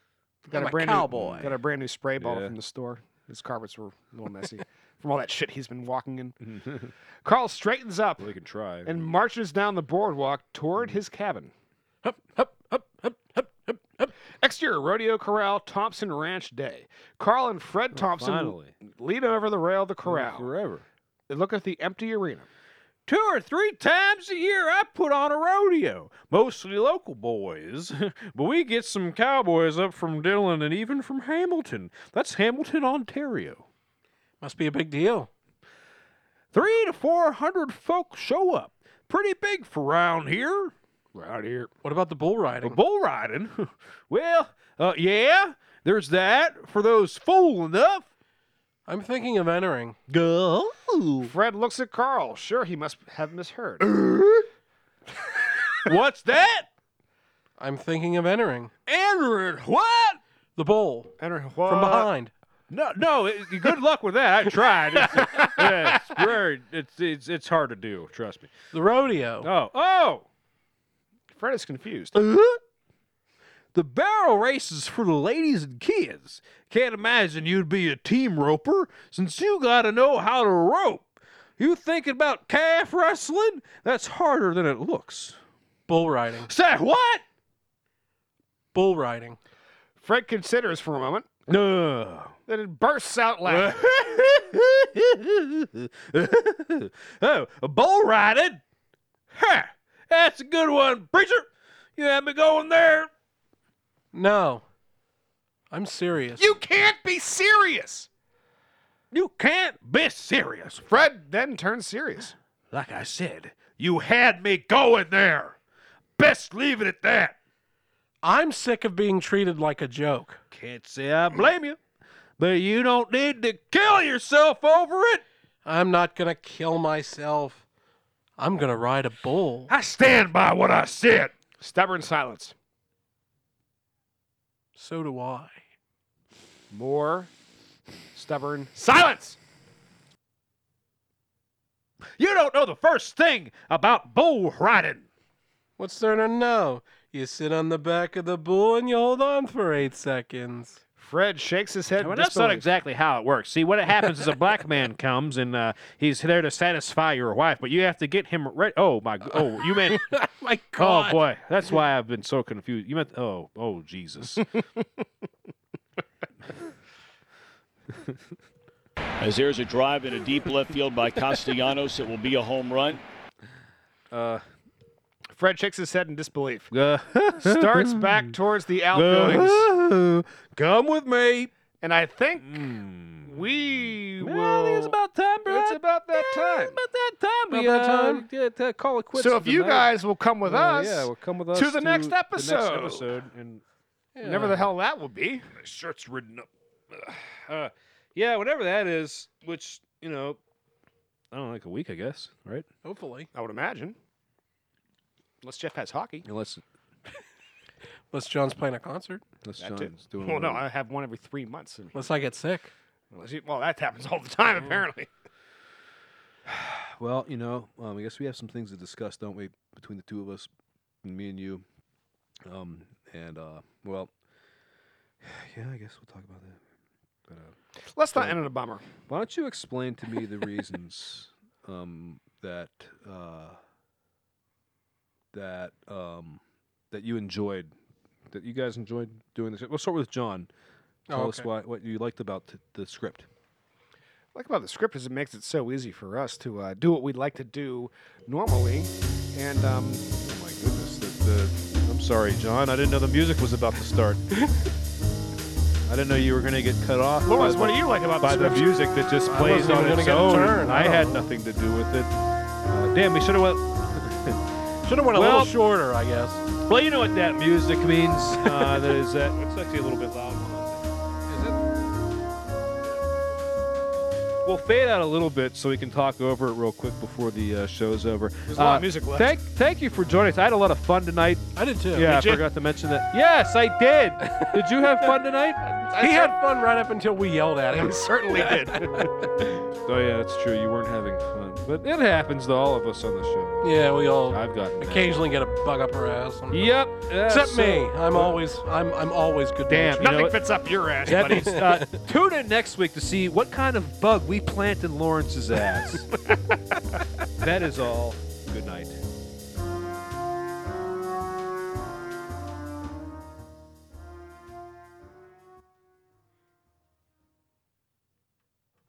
B: Got
C: I'm a
B: brand
C: cowboy.
B: New, got a brand new spray bottle
A: Yeah.
B: from the store. His carpets were a little messy from all that shit he's been walking in. Carl straightens up
A: we can try.
B: and marches down the boardwalk toward his cabin.
C: Hup, hup, hup, hup, hup, hup, hup.
B: Exterior Rodeo Corral, Thompson Ranch Day. Carl and Fred Thompson
A: Oh, finally.
B: lean over the rail of the corral.
A: forever.
B: They look at the empty arena.
A: Two or three times a year, I put on a rodeo, mostly local boys. *laughs* but we get some cowboys up from Dillon and even from Hamilton. That's Hamilton, Ontario.
C: Must be a big deal.
A: Three to four hundred folks show up. Pretty big for round here.
B: Right here.
C: What about the bull riding?
A: Bull riding? *laughs* well, uh, yeah, there's that for those fool
C: *laughs*
A: enough.
C: I'm thinking of entering.
A: Go.
B: Fred looks at Carl. Sure, he must
A: *clears throat*
B: have misheard.
A: What's that?
C: I'm thinking of entering.
A: Aaron, what?
C: The bull
B: Enter
C: from
B: what?
C: behind.
A: No, no. It, good luck with that. I tried. It's, uh, *laughs* yeah, it's very. It's, it's it's hard to do. Trust me.
C: The rodeo.
A: Oh, oh.
B: Fred is confused.
A: Uh-huh. The barrel races for the ladies and kids. Can't imagine you'd be a team roper since you got to know how to rope. You thinking about calf wrestling? That's harder than it looks.
C: Bull riding.
A: Say what?
C: Bull riding.
B: Fred considers for a moment,
A: No.
B: then it bursts out laughing.
A: *laughs* oh, a bull riding? Huh. That's a good one, preacher. You had me going there.
C: No. I'm serious.
B: you can't be serious.
A: You can't be serious.
B: Fred then turns serious.
A: Like I said, you had me going there. Best leave it at that.
C: I'm sick of being treated like a joke.
A: Can't say I blame you, but you don't need to kill yourself over it.
C: I'm not going to kill myself. I'm going to ride a bull.
A: I stand by what I said.
B: Stubborn silence.
C: So do I.
B: More stubborn silence.
A: You don't know the first thing about bull riding.
C: What's there to know? You sit on the back of the bull and you hold on for eight seconds.
B: Fred shakes his head.
A: Well,
B: in
A: that's not
B: disbelief.
A: exactly how it works. See, what happens is a black man comes and uh, he's there to satisfy your wife, but you have to get him ready. Oh my! g- *laughs* Oh, you meant? oh
C: My God.
A: boy, that's why I've been so confused. You meant? Oh, oh Jesus!
K: As there's a drive in a deep left field by Castellanos, it will be a home run.
B: Fred shakes his head in *laughs* disbelief.
A: Uh,
B: Starts *laughs* back towards the outgoings,
A: *laughs* Come with me.
B: and I think we will.
A: Well, I think it's about time, bro.
E: It's about that time.
A: About that time.
E: About
A: we
E: that
A: uh,
E: time.
A: get, uh, call it quits.
B: so
A: for
B: if
A: the
B: you
A: night.
B: guys will Oh, come with
A: Uh,
B: us,
A: yeah, well, come with us
B: to the next
A: The
B: episode.
A: next episode and
B: never the hell that will be.
A: my shirt's ridden up. Uh, yeah, whatever that is, which you know, I don't know, like a week, I guess, right?
C: Hopefully.
B: I would imagine. Unless Jeff has hockey.
A: Unless
C: Unless John's playing a concert.
A: unless
B: That too.
A: John's doing.
B: Well, no,
A: whatever.
B: I have one every three months.
C: Unless I get sick.
B: Unless you- well, that happens all the time, apparently.
A: well, you know, um, I guess we have some things to discuss, don't we, between the two of us, me and you, um, and uh, well, *sighs* yeah, I guess we'll talk about that. But uh,
B: Let's not end on a bummer.
A: why don't you explain to me the
C: *laughs*
A: reasons um, that uh, that um, that you enjoyed that you guys enjoyed doing this? We'll start with John. Tell us
C: Oh, okay.
A: why, what you liked about t- the script.
B: like about the script is it makes it so easy for us to uh, do what we'd like to do normally, and um,
A: Oh my goodness! The, the, I'm sorry, John. I didn't know the music was about to start. I didn't know you were going to get cut off. by
B: Lawrence,
A: the-
B: what do you like about
A: by
B: the
A: the
B: script?
A: music that just plays
C: wasn't
A: on
C: even gonna
A: its
C: get a
A: own.
C: turn, I
A: I
C: don't
A: had
C: know.
A: nothing to do with it. Uh, damn, we should have
C: *laughs*
A: went.
C: Should have went a
A: Well-
C: little shorter, I guess.
A: Well, you know what that music means. *laughs* Uh, that is that. It's actually a little bit loud. We'll fade out a little bit so we can talk over it real quick before the uh, show's over. Uh,
B: There's a lot of music left.
A: Thank, thank you for joining us. I had a lot of fun tonight.
C: I did too.
A: Yeah, I
B: you?
A: forgot to mention that. Yes, I did. Did you have fun tonight?
C: He had fun right up until we yelled at him.
B: we certainly did.
A: *laughs* Oh yeah, that's true. You weren't having fun, but it happens to all of us on the show.
C: Yeah, we all
A: I've gotten that.
C: occasionally get a bug up our ass. and-
A: Yep. uh,
C: Except
A: so-
C: me. I'm always I'm I'm always good.
A: Damn,
C: natured.
A: you know
B: Nothing
A: what?
B: fits up your ass,
A: That
B: buddy.
A: means uh, tune in next week to see what kind of bug we plant in Lawrence's ass. that is all. Good night.